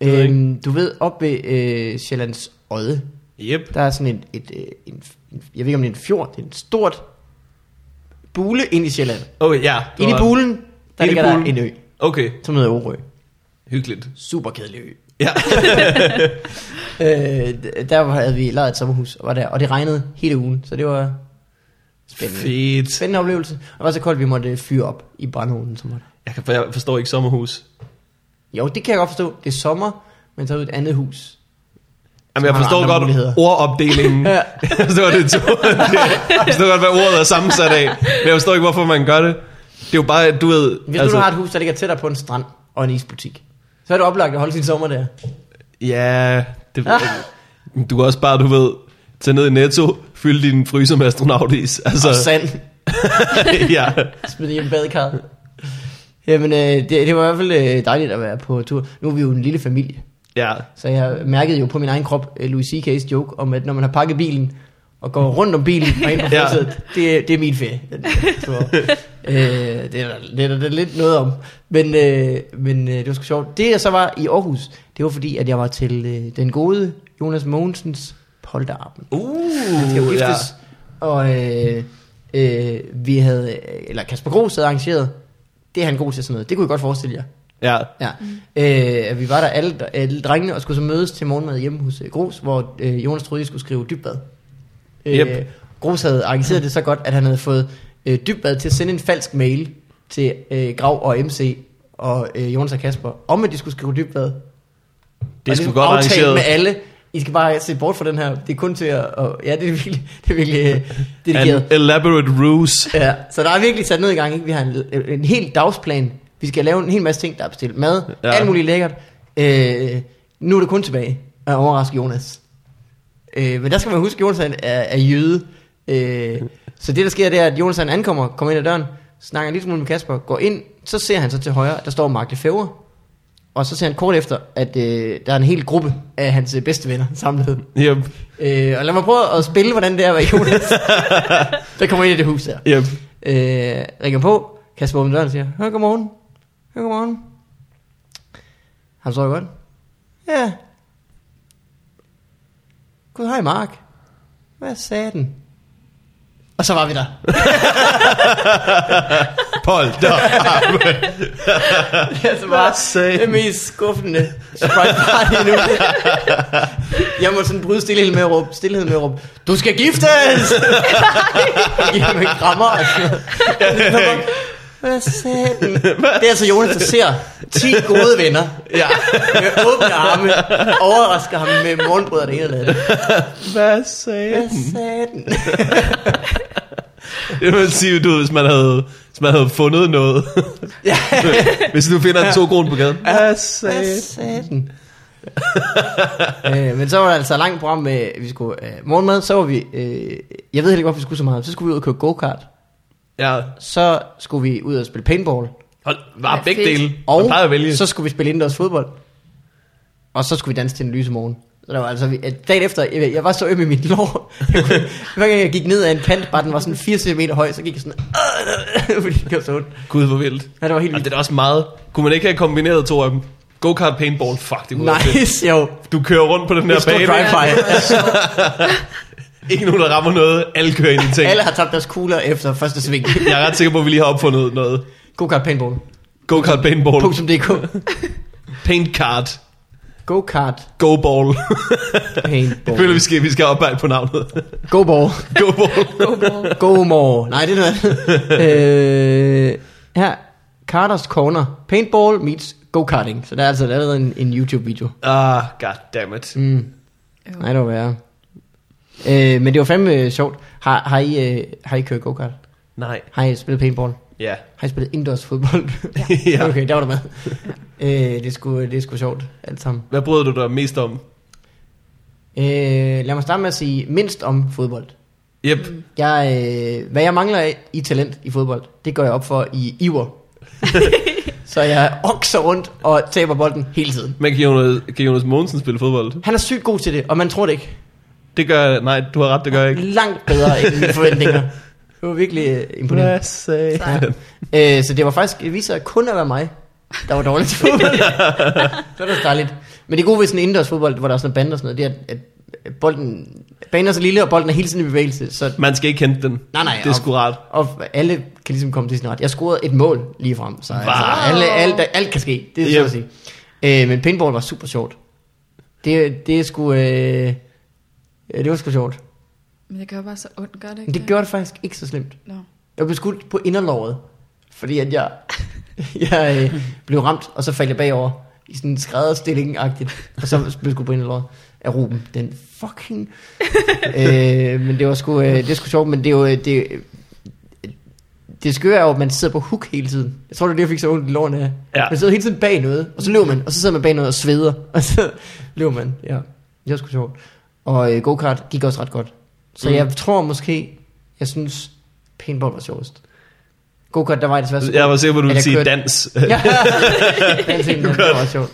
ved jeg
øh, du ved, op ved øh, Sjællands Odde,
Yep.
der er sådan et, et, øh, en, en, jeg ved ikke om det er en fjord, det er en stort bule ind i Sjælland.
Okay, ja. det
Ind i
var-
bulen, der
Ind i
ligger der
bulen.
en ø,
Okay,
som hedder Orø.
hyggeligt.
Super kedelig ø.
Ja.
Øh, d- der havde vi lejet et sommerhus, og, var der, og det regnede hele ugen, så det var spændende.
Fedt.
Spændende oplevelse. Og det var så koldt, vi måtte øh, fyre op i brandhulen. Som var der.
Jeg, kan, for jeg forstår ikke sommerhus.
Jo, det kan jeg godt forstå. Det er sommer, men så er det et andet hus.
Jamen, jeg
har
forstår
andre
godt
muligheder.
ordopdelingen.
Ja.
jeg, forstår det, to, jeg forstår godt, hvad ordet er sammensat af. Men jeg forstår ikke, hvorfor man gør det. Det er jo bare, at du ved...
Hvis altså, du nu har et hus, der ligger tættere på en strand og en isbutik, så er det oplagt at holde sin sommer der.
Ja, det ved jeg ikke. Men Du kan også bare, du ved, tage ned i Netto, fylde din fryser med astronautis.
Så. Og
Altså,
sand.
ja.
Smid det i en badekar. Jamen, øh, det, det var i hvert fald øh, dejligt at være på tur. Nu er vi jo en lille familie,
ja.
så jeg mærkede jo på min egen krop øh, Louis C.K.'s joke om, at når man har pakket bilen og går rundt om bilen og ind på
Ja.
forsædet, det, det er min ferie. den tur. øh, det er der- det er der- det er lidt noget om. Men, øh, men øh, det var sgu sjovt. Det jeg så var i Aarhus, det var fordi, at jeg var til øh, den gode Jonas Mogensens polterappen. Han skal jo
Uh, ja.
giftes. Ja. Og øh, øh, vi havde, øh, eller Kasper Gros havde arrangeret, det er han god til sådan noget, det kunne jeg godt forestille jer.
ja.
Ja. Mm. Øh, vi var der alle, alle drengene og skulle så mødes til morgenmad hjemme hos øh, Gros, hvor øh, Jonas troede, de skulle skrive dybbad. Øh,
Yep.
Gros havde arrangeret det så godt, at han havde fået øh, dybbad til at sende en falsk mail til øh, Grav og MC og øh, Jonas og Kasper, om at de skulle skrive dybbad.
Det er
Og
sgu
ligesom
godt
aftalt
arrangeret.
med alle. I skal bare se bort fra den her. Det er kun til at... Og, ja, det er virkelig, det er virkelig øh, dedikeret.
An elaborate ruse.
Ja, så der er virkelig sat ned i gang. Ikke? Vi har en, en hel dagsplan. Vi skal lave en hel masse ting, der er bestilt. Mad,
Ja.
ja. alt muligt lækkert. Øh, nu er det kun tilbage at overraske Jonas. Øh, men der skal man huske, at Jonas er, er, er jøde. Øh, så det, der sker, det er, at Jonas han ankommer, kommer ind ad døren, snakker en lille smule med Kasper, går ind, så ser han så til højre, at der står Mark Lefebvre. Og så ser han kort efter, at øh, der er en hel gruppe af hans øh, bedste venner samlet.
Yep,
Øh, og lad mig prøve at spille, hvordan det er at være Jonas. der kommer ind i det hus der.
yep.
Øh, ringer på, Kasper åbner døren og siger, Hør, godmorgen. Hør, godmorgen. Han sover godt. Ja. Gud, hej Mark. Hvad sagde den? Og så var vi der.
Hold da.
altså bare
sagde
det
den?
mest skuffende surprise party nu. jeg må sådan bryde stillheden med at råbe, stillheden med at råbe, du skal giftes! Giv ham en krammer og sådan noget. Hvad sagde den? Det er altså Jonas, der ser 10 gode venner
Ja.
med åbne arme, overrasker ham med morgenbrød og det ene eller det andet.
Hvad sagde
Hvad
jeg?
sagde den?
Det vil sige, du ved, hvis man havde, hvis man havde fundet noget.
Ja.
hvis du finder en to kroner på gaden. Hvad
Hvad sagde den? øh, men så var der altså langt program med, vi skulle øh, morgenmad, så var vi, øh, jeg ved heller ikke, hvorfor vi skulle så meget, så skulle vi ud og køre go-kart,
Ja.
så skulle vi ud og spille paintball,
Hold, var
Ja,
begge
fedt.
dele. Og man
og
plejer at vælge.
så skulle vi spille indendørs fodbold, og så skulle vi danse til en lyse morgen. Så der var altså, vi- at dagen efter, jeg, jeg var så øm i mit lår, jeg kunne, hver gang jeg gik ned ad en kant, bare den var sådan 4 cm høj, så gik jeg sådan, "Åh!" fordi det gjorde så ondt.
Gud, hvor vildt.
Ja, det var helt
Og det er
vildt.
da også meget. Kunne man ikke have kombineret to af dem? Go-kart, paintball, fuck, det kunne være fedt.
Nice, jo.
Du kører rundt på den her
Det står
bane.
drive by.
Ikke nogen, der rammer noget. Alle kører ind i ting.
Alle har tabt deres kugler efter første sving.
Jeg er ret sikker på, at vi lige har opfundet noget.
Go-kart paintball.
Go-kart, paintball,
.dk
paintcard,
Go-kart
go-ball. Jeg føler,
paintball.
vi skal, vi skal arbejde på navnet.
Go-ball.
Go-ball.
Go-more. Nej, det er noget andet. øh, her. Carters Corner. Paintball meets go-karting. Så der er altså allerede en, en YouTube-video.
Ah, goddammit.
Mm. Nej, det var værre. Øh, men det var fandme øh, sjovt. Har, har, I, øh, har I kørt go-kart?
Nej,
Har I spillet paintball?
ja.
Har I spillet indendørs fodbold?
Ja.
Okay, der var du med. øh, det, er sgu, det er sgu sjovt, alt sammen.
Hvad bryder du dig mest om?
Øh, lad mig starte med at sige mindst om fodbold.
Yep.
Jeg, øh, hvad jeg mangler af i talent i fodbold, det går jeg op for i iver. så jeg okser rundt og taber bolden hele tiden.
Men kan Jonas, kan Jonas Mogensen spille fodbold?
Han er sygt god til det, og man tror det ikke.
Det gør jeg. Nej, du har ret, det gør jeg ikke.
Langt bedre end mine forventninger. Det var virkelig øh, imponerende.
sagde
Ja. Øh, så det var faktisk, det viser sig kun at være mig, der var dårlig til fodbold. det var da dejligt. Men det gode ved sådan indendørs fodbold, hvor der er sådan noget band og sådan noget, det er, at, bolden, banen er så lille, og bolden er hele tiden i bevægelse, så
Man skal ikke hente den.
Nej, nej,
Det er
og-
sgu rart.
og alle kan ligesom komme til sin ret. Jeg scorede et mål lige frem, så wow. altså, alle, alt, alt kan ske, det er
Yep.
yep. så at sige. Øh, men paintball var super sjovt. Det, det er sgu... Øh, ja, det var sgu sjovt.
Men det gør bare så ondt, gør det ikke?
Men det gjorde det faktisk ikke så slemt.
Nå.
Jeg blev skudt på inderlovet, fordi at jeg, jeg øh, blev ramt, og så faldt jeg bagover i sådan en skrædderstilling-agtigt, og så blev jeg skudt på inderlovet af Ruben. Den fucking... øh, men det var sgu, øh, det er sgu sjovt, men det er jo... øh, Det, det skøre er jo, at man sidder på hook hele tiden. Jeg tror, det er det, jeg fik så ondt i lårene af.
Ja.
Man sidder hele tiden bag noget, og så løber man, og så sidder man bag noget og sveder, og så løber man. Ja, det var sgu sjovt. Og øh, go-kart gik også ret godt. Så
Mm.
mm. jeg tror måske, jeg synes, paintball var sjovest. Go-kart, der var jeg desværre så
Jeg var sikker på, at du
at
ville
jeg
sige
kørte-
dans.
Ja, den ting, det var også sjovt.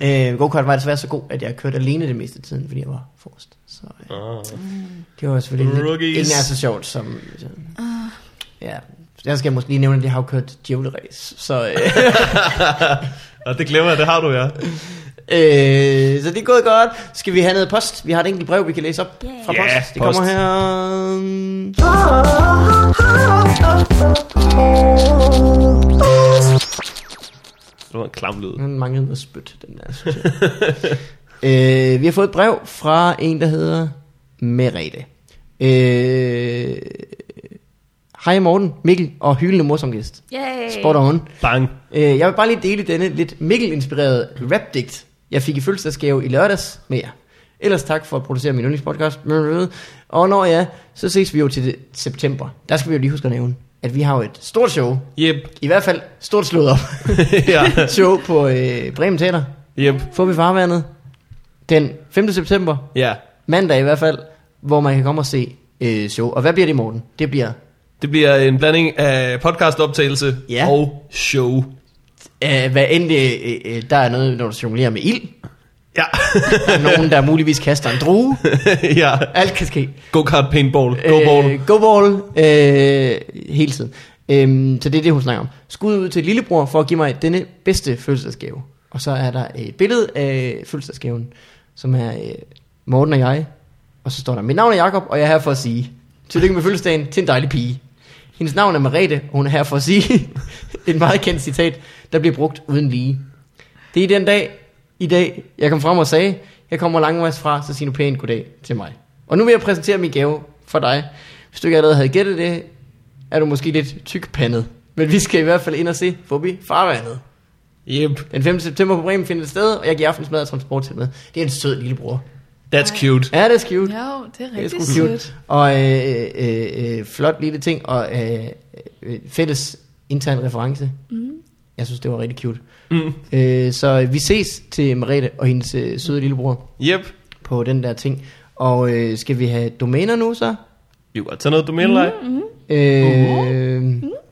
Øh, go-kart var jeg desværre så god, at jeg kørte alene det meste af tiden, fordi jeg var forrest. Så øh,
Ah.
det var selvfølgelig lidt,
Rookies.
ikke nær så sjovt som... Så, ja, der skal jeg måske lige nævne, at jeg har jo kørt djævleræs. Så, øh,
Og det glemmer jeg, det har du, ja.
øh, så det er gået godt. Skal vi have noget post? Vi har et enkelt brev, vi kan læse op fra
Yeah,
post. Det
post.
kommer her...
Ah, Oh,
Det var en klam lyd.
Han manglede noget spyt, den der, synes jeg. øh, vi har fået et brev fra en, der hedder Merete. Øh, Hej Morten, Mikkel og hyldende mor som gæst.
Yay.
Spot on.
Bang.
Øh, jeg vil bare lige dele denne lidt Mikkel-inspirerede rapdigt, jeg fik i fødselsdagsgave i lørdags med jer. Ellers tak for at producere min yndlingspodcast. Og når ja, så ses vi jo til det- september. Der skal vi jo lige huske at nævne, at vi har jo et stort show.
Jep.
I hvert fald stort slået op
ja.
show på øh, Bremen Teater.
Jep.
Får vi farvandet den 5. september,
Ja.
mandag i hvert fald, hvor man kan komme og se øh, show. Og hvad bliver det i morgen? Det bliver
Det bliver en blanding af podcastoptagelse
Ja.
og show.
øh, hvad end det, øh, øh, der er noget, når du jonglerer med ild.
Ja.
Der er nogen, der muligvis kaster en drue.
ja.
Alt kan ske.
Go-kart paintball. Go ball.
Øh, go ball. Øh, hele tiden. Øhm, så det er det, hun snakker om. Skud ud til lillebror for at give mig denne bedste fødselsdagsgave. Og så er der et billede af fødselsdagsgaven, som er øh, Morten og jeg. Og så står der, mit navn er Jakob, og jeg er her for at sige, tillykke med fødselsdagen til en dejlig pige. Hendes navn er Marete, og hun er her for at sige et meget kendt citat, der bliver brugt uden lige. Det er den dag, i dag, jeg kom frem og sagde, jeg kommer langvejs fra, så sig nu pænt goddag til mig. Og nu vil jeg præsentere min gave for dig. Hvis du ikke allerede havde gættet det, er du måske lidt tykpandet. Men vi skal i hvert fald ind og se forbi farvandet.
Jep.
Den 5. september på Bremen finder det sted, og jeg giver aftensmad og transport til med. Det er en sød lillebror.
That's cute.
Ja, det er skivt.
Jo, det er
Det er
rigtig
sgu cute.
sødt.
Og øh, øh, øh, flot lille ting, og øh, øh, fælles intern reference. Mm. Jeg synes, det var rigtig cute.
Mm.
Øh, så vi ses til Marete og hendes øh, søde lillebror
Jep.
på den der ting. Og øh, skal vi have domæner nu så?
Jo, og tag noget domænelej.
Mm-hmm.
Mm.
Øh,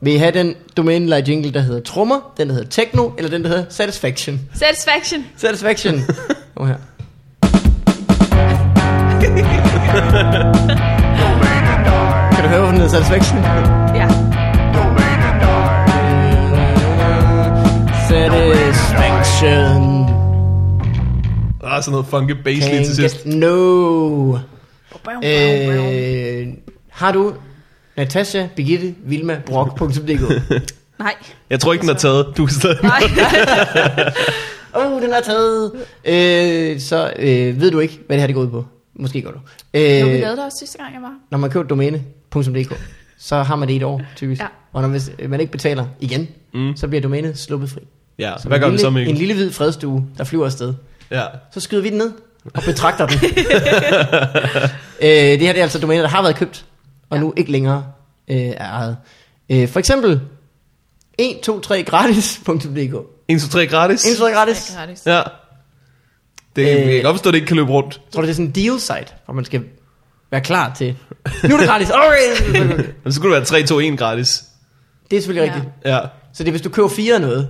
Vil I have den domænelej jingle, der hedder Trummer, den der hedder Techno, eller den der hedder Satisfaction?
Satisfaction.
Satisfaction. Kom her. kan du høre, hvor den hedder Satisfaction?
Ja.
Satisfaction.
Og Ah, sådan noget funky bass lige til
Can't
sidst.
get no. Øh, har du Natasha, Birgitte, Vilma, Brock.dk?
Nej.
Jeg tror ikke, den er taget. Du kan stadig...
Nej.
Åh, oh, den er taget. Øh, så øh, ved du ikke, hvad det her det går ud på. Måske gør du.
Jo, vi
Øh,
lavede det også sidste gang, jeg var.
når man køber domæne.dk, så har man det i et år, typisk.
Ja.
Ja. Og når hvis øh, man ikke betaler igen, mm. så bliver domænet sluppet fri.
Ja,
Som
hvad
en
gør vi
lille,
så,
En
Mikkel?
lille hvid fredstue, der flyver afsted.
Ja.
Så skyder vi den ned og betragter den. øh, det her det er altså domæner, der har været købt, og ja. nu ikke længere øh, er ejet. Øh, for eksempel 123gratis.dk
1, 2, 3 gratis.
123 gratis.
Gratis.
Ja. Det, øh...
Øh.
Jeg kan godt forstå, at det ikke kan løbe rundt.
Tror du, det er sådan en deal site, hvor man skal være klar til, nu er det gratis, alright.
Men så kunne det være 3, 2, 1 gratis.
Det er selvfølgelig
Ja.
ja. rigtigt.
Ja.
Så det er, hvis du køber fire af noget.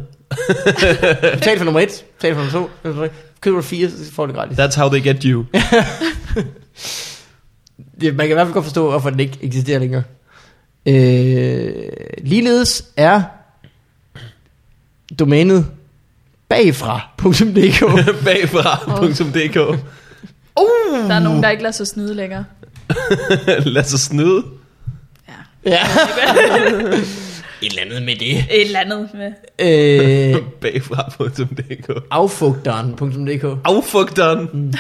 Betal for nummer et, betal for nummer to, betal for nummer tre. køber du fire, så får du det gratis.
That's how they get you.
Det, man kan i hvert fald godt forstå, hvorfor den ikke eksisterer længere. Øh, ligeledes er domænet bagfra.dk
Bagfra.dk
Uh!
Der er nogen, der ikke lader sig snyde længere.
Lad sig snyde.
Ja.
Ja. Et eller andet med det.
Et eller andet med.
Øh,
Bagfra på .dk.
affugteren.dk
Affugteren.
Mm.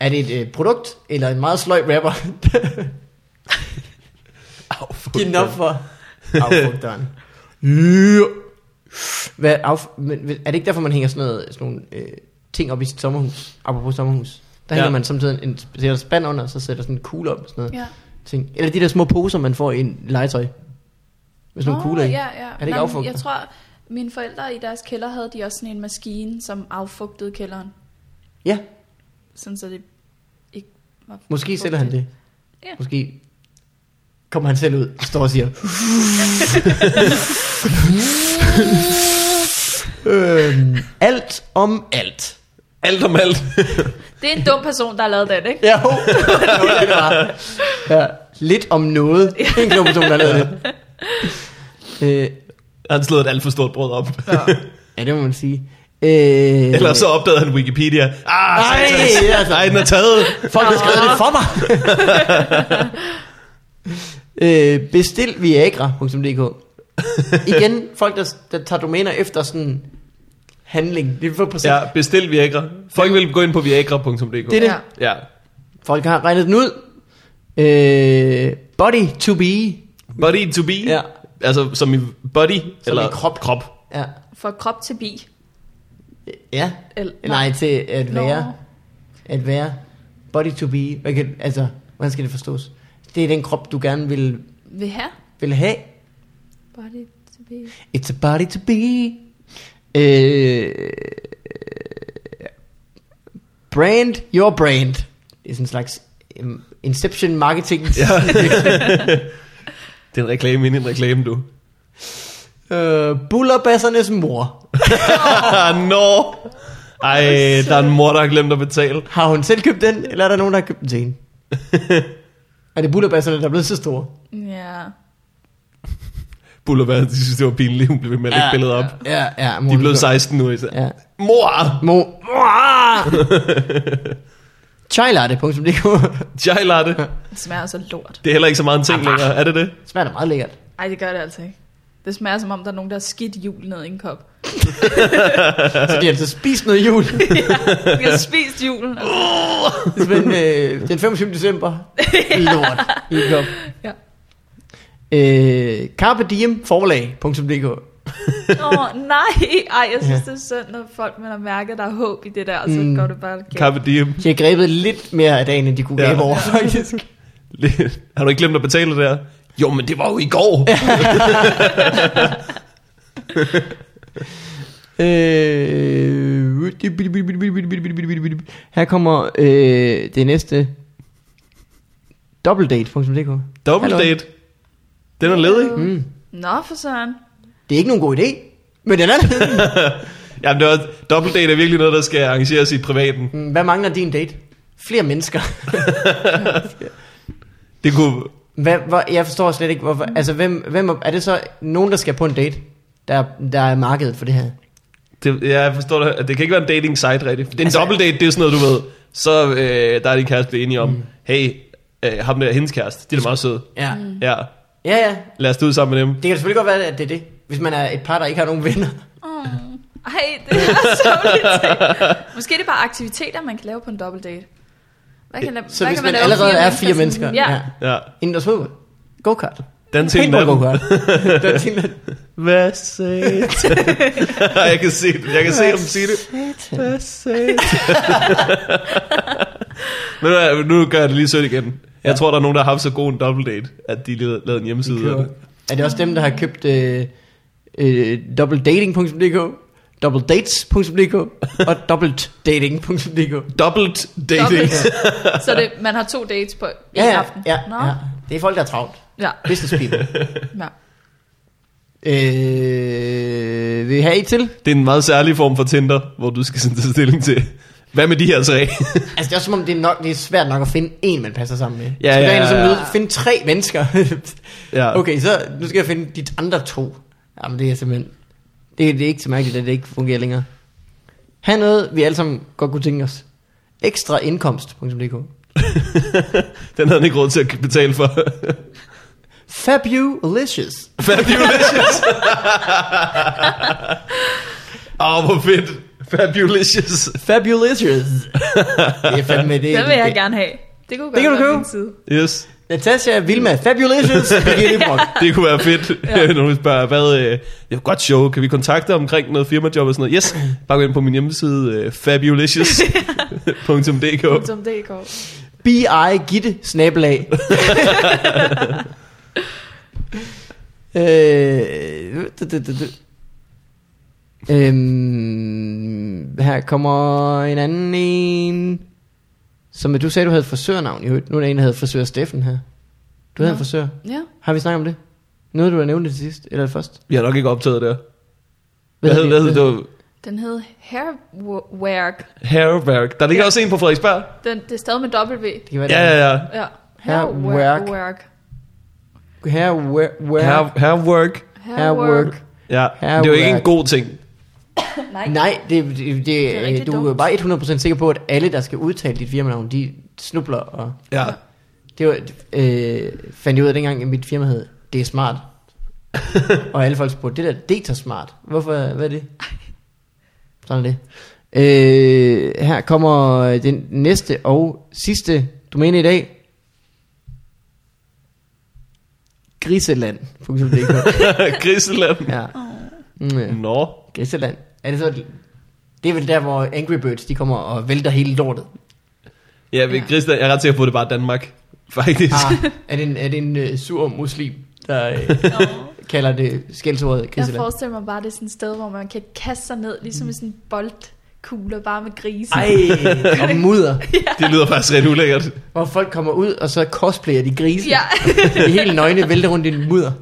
Er det et øh, produkt, eller en meget sløj rapper? Giv den op
Affugteren.
for affugteren. Yeah. Hvad, af, men, men er det ikke derfor, man hænger sådan, noget, sådan nogle øh, ting op i sit sommerhus? Apropos sommerhus. Der
Ja.
hænger man samtidig en sætter spand under, så sætter sådan en kugle op. og Sådan noget.
Ja.
ting. Eller de der små poser, man får i en legetøj. Med sådan nogle
Nå,
kugler i.
ja, ja.
Er det ikke
Nå, men
affugter?
Jeg tror, mine forældre i deres kælder havde de også sådan en maskine, som affugtede kælderen.
ja,
Sådan så det ikke var
måske sælger han det.
Ja.
Måske kommer han selv ud og står og siger... øhm, alt om alt.
Alt om alt.
Det er en dum person, der har lavet den, ikke?
Ja, ho. det var. Ja, lidt om noget. En klog person, der lavede det. Øh,
Han slog et alt for stort brød op.
ja, det må man sige. Øh,
Ellers så opdagede han Wikipedia. Ah,
Nej,
satans.
ja, tak.
nej, den er altså- taget.
Folk har skrevet det for mig. øh, bestil viagra.dk Igen, folk, der, der tager domæner efter sådan handling. Det er for præcis. Ja.
Ja, bestil Viagra. Folk vil gå ind på viagra.dk.
Det er det.
Ja.
Ja.
Folk har regnet den ud. Øh, body to be.
Body to be.
Ja.
Altså som i body. eller
i krop.
krop.
Ja.
For krop til bi.
ja.
Eller,
Nej, til at
Nå.
være. At være. Body to be. Man kan, altså, hvordan skal det forstås? Det er den krop, du gerne vil,
Vil have.
vil have.
Body to be.
It's a body to be. Øh, brand your brand. Det er sådan en slags øhm, inception marketing. Ja.
Det er en reklame inden en reklame, du.
Øh, Bullerbassernes mor.
Ah, no. Ej, der er en mor, der har glemt at betale.
Har hun selv købt den, eller er der nogen, der har købt den til hende? er det bullerbasserne, der er blevet så store?
Ja.
Bullervær, de synes, det var pinligt. Hun blev ved med at lægge
Ja.
billedet op.
Ja, ja. Mor,
De er blevet 16 nu. Især.
Ja.
Mor!
Mor. Chailatte.dk
Chai latte.
Det smager så lort.
Det er heller ikke så meget en ting længere. Er det det?
Smager da meget lækkert.
Ej, det gør det altså ikke. Det smager som om, der er nogen, der har skidt jul ned i en kop.
Så de har altså spist noget jul.
Jeg har spist julen. Altså.
Men øh, den 25. december, lort, i en kop.
Ja.
Øh, Carpe Diem forlag.dk
Åh, nej. Ej, jeg synes,
Ja.
det er synd, når folk man har mærket, der er håb i det der, og så
Mm.
går det bare galt.
Carpe diem.
De har grebet lidt mere af dagen, end de kunne
Ja.
ja. gabe over, faktisk.
Har du ikke glemt at betale det der? Jo, men det var jo i går.
Øh, her kommer øh, det næste. Doubledate.dk
Double
Hallo.
date. Den er ledig.
Mm.
Nå, for søren.
Det er ikke nogen god idé, men den er der.
Jamen, det var, double date er virkelig noget, der skal arrangeres i privaten.
Mm, Hvad mangler din date? Flere mennesker.
Det kunne...
Hvad, hvor, jeg forstår slet ikke,
Mm.
hvorfor. Altså, hvem, hvem, er er det så nogen, der skal på en date, der, der er markedet for det her?
Det, ja, jeg forstår det. Det kan ikke være en dating site rigtigt. For Det er en altså, double date, det er sådan noget, du ved. Så øh, der er din kæreste blevet enige om, mm. hey, øh, ham der er hendes kæreste. Det er da meget søde.
Ja. Mm.
Ja,
ja, ja.
lad os tage ud sammen med dem.
Det kan selvfølgelig godt være, at det er det. Hvis man er et par, der ikke har nogen venner.
Oh. Ej, det er så lidt. Måske er det bare aktiviteter, man kan lave på en dobbelt date. Hvad kan, la-
Så
hvad
hvis
kan
man,
lave
allerede
fire
er fire mennesker.
sådan- Ja.
Ja,
Indendørs fodbold. Go-kart.
den ting
Paintball
der.
go-kart. Den ting, der-
Hvad sagde Jeg kan se det. Jeg kan se ham sige det. Hvad sagde Men øh, nu gør jeg det lige sødt igen. Jeg tror, der er nogen, der har haft så god en double date, at de lige lavede lavede en hjemmeside. af det.
Er det også dem, der har købt øh, øh, doubledating.dk, doubledates.dk og doubledating.dk?
Dobbelt dating.
Dobbelt. Så det, man har to dates på en
ja,
aften.
ja,
Nå?
ja. Det er folk, der er travlt.
ja.
Business people.
ja.
øh, vil I have et til?
Det er en meget særlig form for Tinder, hvor du skal sådan tage stilling til, hvad med de her tre?
Altså, det er også som om, det er, nok, det er svært nok at finde en, man passer sammen med.
Ja,
så
ja,
der er en, som
ja, ja.
møder- finde tre mennesker.
ja.
okay, så nu skal jeg finde de andre to. Jamen, det er simpelthen... Det, det er ikke så mærkeligt, at det ikke fungerer længere. Ha' noget, vi alle sammen godt kunne tænke os. Ekstraindkomst.dk
Den havde han ikke råd til at betale for.
Fabulicious.
Fabulicious. Åh, oh, hvor fedt. Fabulicious.
Fabulicious. Det er fandme det.
Den vil jeg gerne have. Det kunne godt
Det kan du
være
købe.
min side.
Yes.
Natasha Vilma. Fabulicious. Birgitte Brock.
Det kunne være fedt, ja. når vi spørger, hvad, øh, det er et godt show, kan vi kontakte omkring noget firmajob og sådan noget? Yes, bare gå ind på min hjemmeside, øh, fabulicious.dk.
Som det går.
B.I. Gitte. Snabelag. øh, du, du, du, du. Øhm, her kommer en anden en. Som du sagde, du havde et frisørnavn i øvrigt. Nu er der en, der hedder frisør Steffen her. Du havde
Nå.
en frisør.
Ja.
Har vi snakket om det? Noget, du har nævnt det til sidst? Eller først?
Vi har nok ikke optaget der. Hvad hed, hvad hed det?
Den hed Hairwork.
Herberg. Der ligger
Ja.
også en på Frederiksberg.
Den, det er stadig med W.
Det kan være
Ja, ja, ja.
Ja.
Hairwork. det. Her, where, where,
Her, herwork.
Hairwork.
Ja, men det er jo ikke en god ting.
Nej.
Nej, det, det, det, det
er
er
rigtig
du er
dumt.
bare 100% sikker på, at alle, der skal udtale dit firmanavn, de snubler. Og
Ja.
det var, øh, fandt jeg ud af dengang, at mit firma hed Det er smart. og alle folk spurgte, det der det er smart. Hvorfor, hvad er det? Sådan er det. Øh, her kommer den næste og sidste domæne i dag. Griseland.dk
Griseland.
Ja. Mm.
Nå.
Griseland. Er det så... et- Det er vel der, hvor Angry Birds, de kommer og vælter hele lortet.
Ja, men Griseland, jeg er ret sikker på, at det er bare Danmark. Faktisk.
Ah, er det en, er det en uh, sur muslim, der uh, kalder det skældsordet
Jeg
Griseland?
forestiller mig bare, det er sådan et sted, hvor man kan kaste sig ned, ligesom i sådan en boldkugle, bare med grise.
Ej, og mudder.
Det lyder faktisk ret ulækkert.
Hvor folk kommer ud, og så cosplayer de grise.
Ja.
De helt nøgne vælter rundt i en mudder.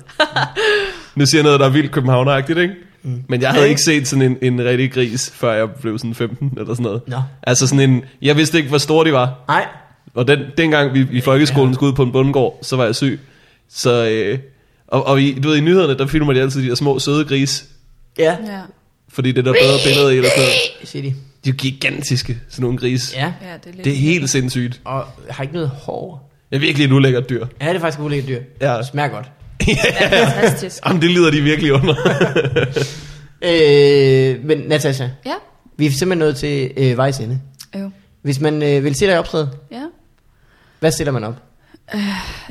Nu siger jeg noget, der er vildt københavneragtigt, ikke? Mm. Men jeg havde ikke set sådan en, en rigtig gris, før jeg blev sådan 15 eller sådan noget.
Nå.
Altså sådan en, jeg vidste ikke, hvor stor de var.
Nej.
Og den, dengang vi i folkeskolen skulle ud på en bundgård, så var jeg syg. Så, øh, og, og i, du ved, i nyhederne, der filmer de altid de der små søde gris,
Ja,
ja.
fordi det er der bedre billeder i eller sådan noget.
siger de.
De er jo gigantiske, sådan nogle gris.
Ja,
ja, det er lidt...
Det er helt sindssygt.
og har ikke noget hår.
Det er virkelig et ulækkert dyr.
Ja, det er faktisk et ulækkert dyr.
Ja.
Smager godt.
er fantastisk.
Jamen, det lider de virkelig under.
Øh, men Natasha,
ja.
vi er simpelthen nået til øh, vejs ende.
Jo.
Hvis man øh, vil se dig i optræde,
Ja.
hvad stiller man op?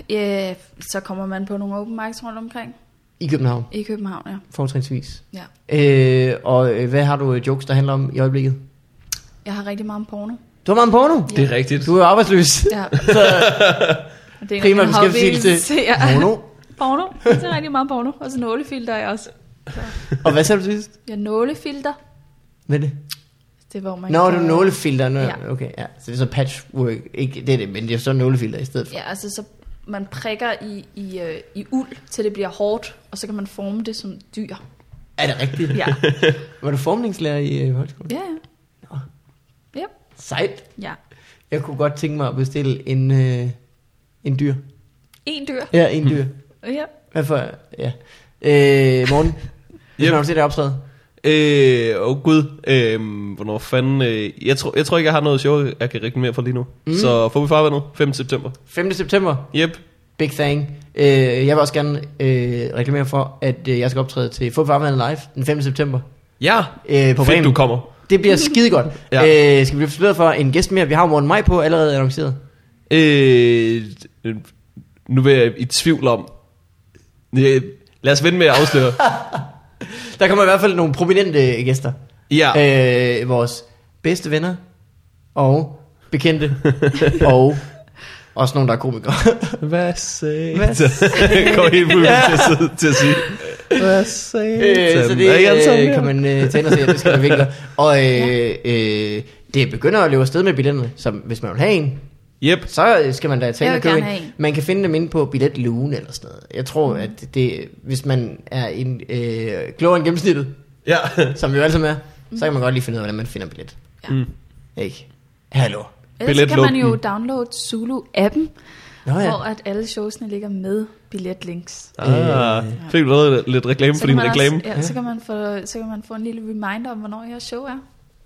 ja. Så kommer man på nogle open mics rundt omkring
I København,
i København, ja.
fortrinsvis.
ja.
Øh, og øh, hvad har du øh, jokes, der handler om i øjeblikket?
Jeg har rigtig meget om porno.
Du har meget om porno.
det er rigtigt.
Du er arbejdsløs.
Ja.
Så
Det er
primært
en hobby,
beskæftigelse.
Ja.
Porno.
Porno. Det er rigtig meget porno. Og så nålefilter er jeg også.
Og hvad sagde du sidst
Ja, nålefilter.
med det?
Det er, hvor man
Nå,
kan-
du nålefilter. Nå,
Ja.
Okay, ja. Så det er så patchwork. Ikke det, er det men det er så nålefilter i stedet for.
Ja, altså så man prikker i, i, øh, i uld, til det bliver hårdt, og så kan man forme det som dyr.
Er det rigtigt?
Ja,
Var du formningslærer i øh, højskolen?
ja, ja.
Nå.
Ja,
Sejt.
ja.
Jeg kunne godt tænke mig at bestille en, øh, en dyr.
En dyr.
Ja, en dyr.
Ja.
Hvad for? Ja. Øh, morgen. Hvis
Yep.
man har set dig optræde.
Øh, åh oh gud, øh, hvornår fanden, øh, jeg, tror, jeg tror ikke, jeg har noget show, jeg kan reklamere for lige nu. Mm. Så får vi farvandet 5. september.
5. september.
Yep.
Big thing. Øh, jeg vil også gerne øh, reklamere for, at øh, jeg skal optræde til Fup Farvandet Live den 5. september.
Ja,
Øh, på
fedt
Bremen.
du kommer.
Det bliver skide godt.
Ja.
ja. øh, skal vi blive forstået for en gæst mere? Vi har jo Morten Maj på allerede annonceret.
Øh, nu er jeg i tvivl om, øh, lad os vente med at afsløre.
Der kommer i hvert fald nogle prominente gæster.
ja, øh.
Ja. Øh, vores bedste venner og bekendte og også nogle, der er komikere.
hvad sagde
Hvad
Kom helt på til, at sidde- til at sige. Hvad sagde
øh, så
Er I alle sammen
det øh,
her?
kan man øh, tage ind og se, at det skal der virkelig. Og øh, øh, det begynder at løbe afsted med billetterne, så hvis man vil have en,
Yep.
Så øh, skal man da tage
Jeg
ind
vil
og købe
gerne have
en.
en. Mm.
Man kan finde dem inde på billetlugen eller sådan noget. Jeg tror, at det, hvis man er en, øh, klogere end gennemsnittet,
Ja.
som vi jo alle sammen er, så kan man godt lige finde ud af, hvordan man finder billet.
Ja.
Mm.
Ikke? Hallo.
Ellers så kan man
Billetlugten.
jo downloade Zulu-appen,
Nå ja.
hvor at alle showsene ligger med billetlinks.
Ah, fik du lavet lidt reklame for
kan
din
man
reklame?
Også, ja, så, kan man få, så kan man få en lille reminder om, hvornår jeres show er.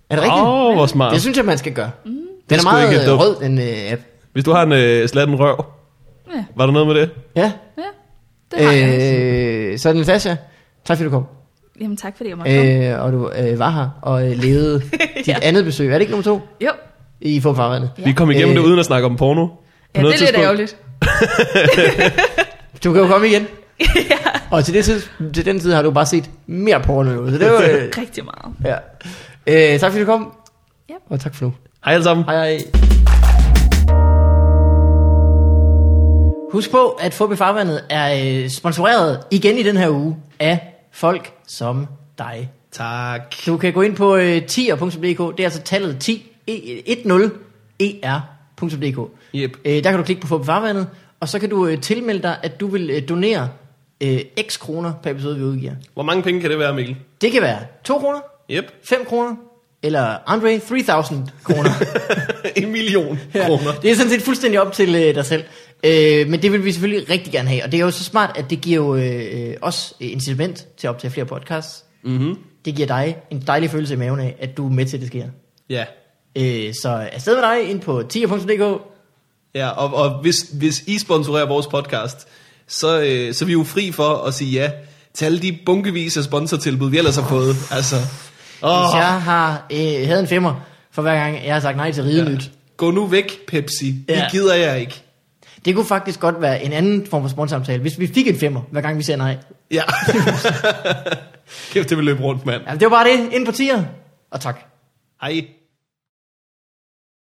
Er det rigtigt?
Åh,
Oh,
oh, hvor smart.
det synes jeg, man skal gøre. Mm. Den er
sgu
meget
ikke
øh,
dumt.
rød, den øh, app.
Hvis du har en øh, slatten røv,
Ja,
var der noget med det?
Ja,
ja. Det har øh, jeg.
øh, så Natasha, tak fordi du kom.
Jamen tak, fordi jeg måtte komme.
Øh, og du øh, var her og øh, levede dit
Ja.
andet besøg. Er det ikke nummer to
Jo,
i Fumfarvandet?
Vi kom igennem øh, det uden at snakke om porno. På
ja, det
noget
er lidt
tidspunkt.
ærgerligt.
Du kan jo komme igen. ja. Og til, det tids, til den tid har du bare set mere porno nu. Så det var, øh,
Rigtig meget.
ja. øh, tak fordi du kom.
Ja.
Og tak for nu.
Hej alle sammen.
Hej hej. Husk på, at Fubi Farvandet er øh, sponsoreret igen i den her uge af folk som dig.
Tak.
Du kan gå ind på øh, 10er.dk, det er altså tallet 10, e, 10er.dk.
Yep.
Øh, der kan du klikke på Fubi Farvandet, og så kan du øh, tilmelde dig, at du vil øh, donere øh, x kroner per episode, vi udgiver.
Hvor mange penge kan det være, Mikkel?
Det kan være 2 kroner,
Yep.
5 kroner, eller Andre 3000 kroner.
en million
Ja,
kroner.
Det er sådan set fuldstændig op til øh, dig selv. Øh, men det vil vi selvfølgelig rigtig gerne have. Og det er jo så smart, at det giver jo øh, øh, os øh, incitament til at optage flere podcasts.
Mm-hmm.
Det giver dig en dejlig følelse i maven af, at du er med til, at det sker.
Ja.
Øh, så afsted med dig ind på 10.dk.
ja og, og hvis, hvis I sponsorerer vores podcast, så, øh, så er vi jo fri for at sige ja til alle de bunkevis af sponsortilbud, vi ellers har fået. Altså,
Hvis
åh,
jeg har, øh, havde en femmer for hver gang, jeg har sagt nej til ridelyt. Ja.
gå nu væk, Pepsi. Ja.
Ja.
Det gider jeg ikke.
Det kunne faktisk godt være en anden form for sponsorsamtale, hvis vi fik en femmer, hver gang vi sagde nej.
Ja. Kæft, det vil løbe rundt, mand.
Ja, det var bare det. Ind på 10'er. Og tak.
Hej.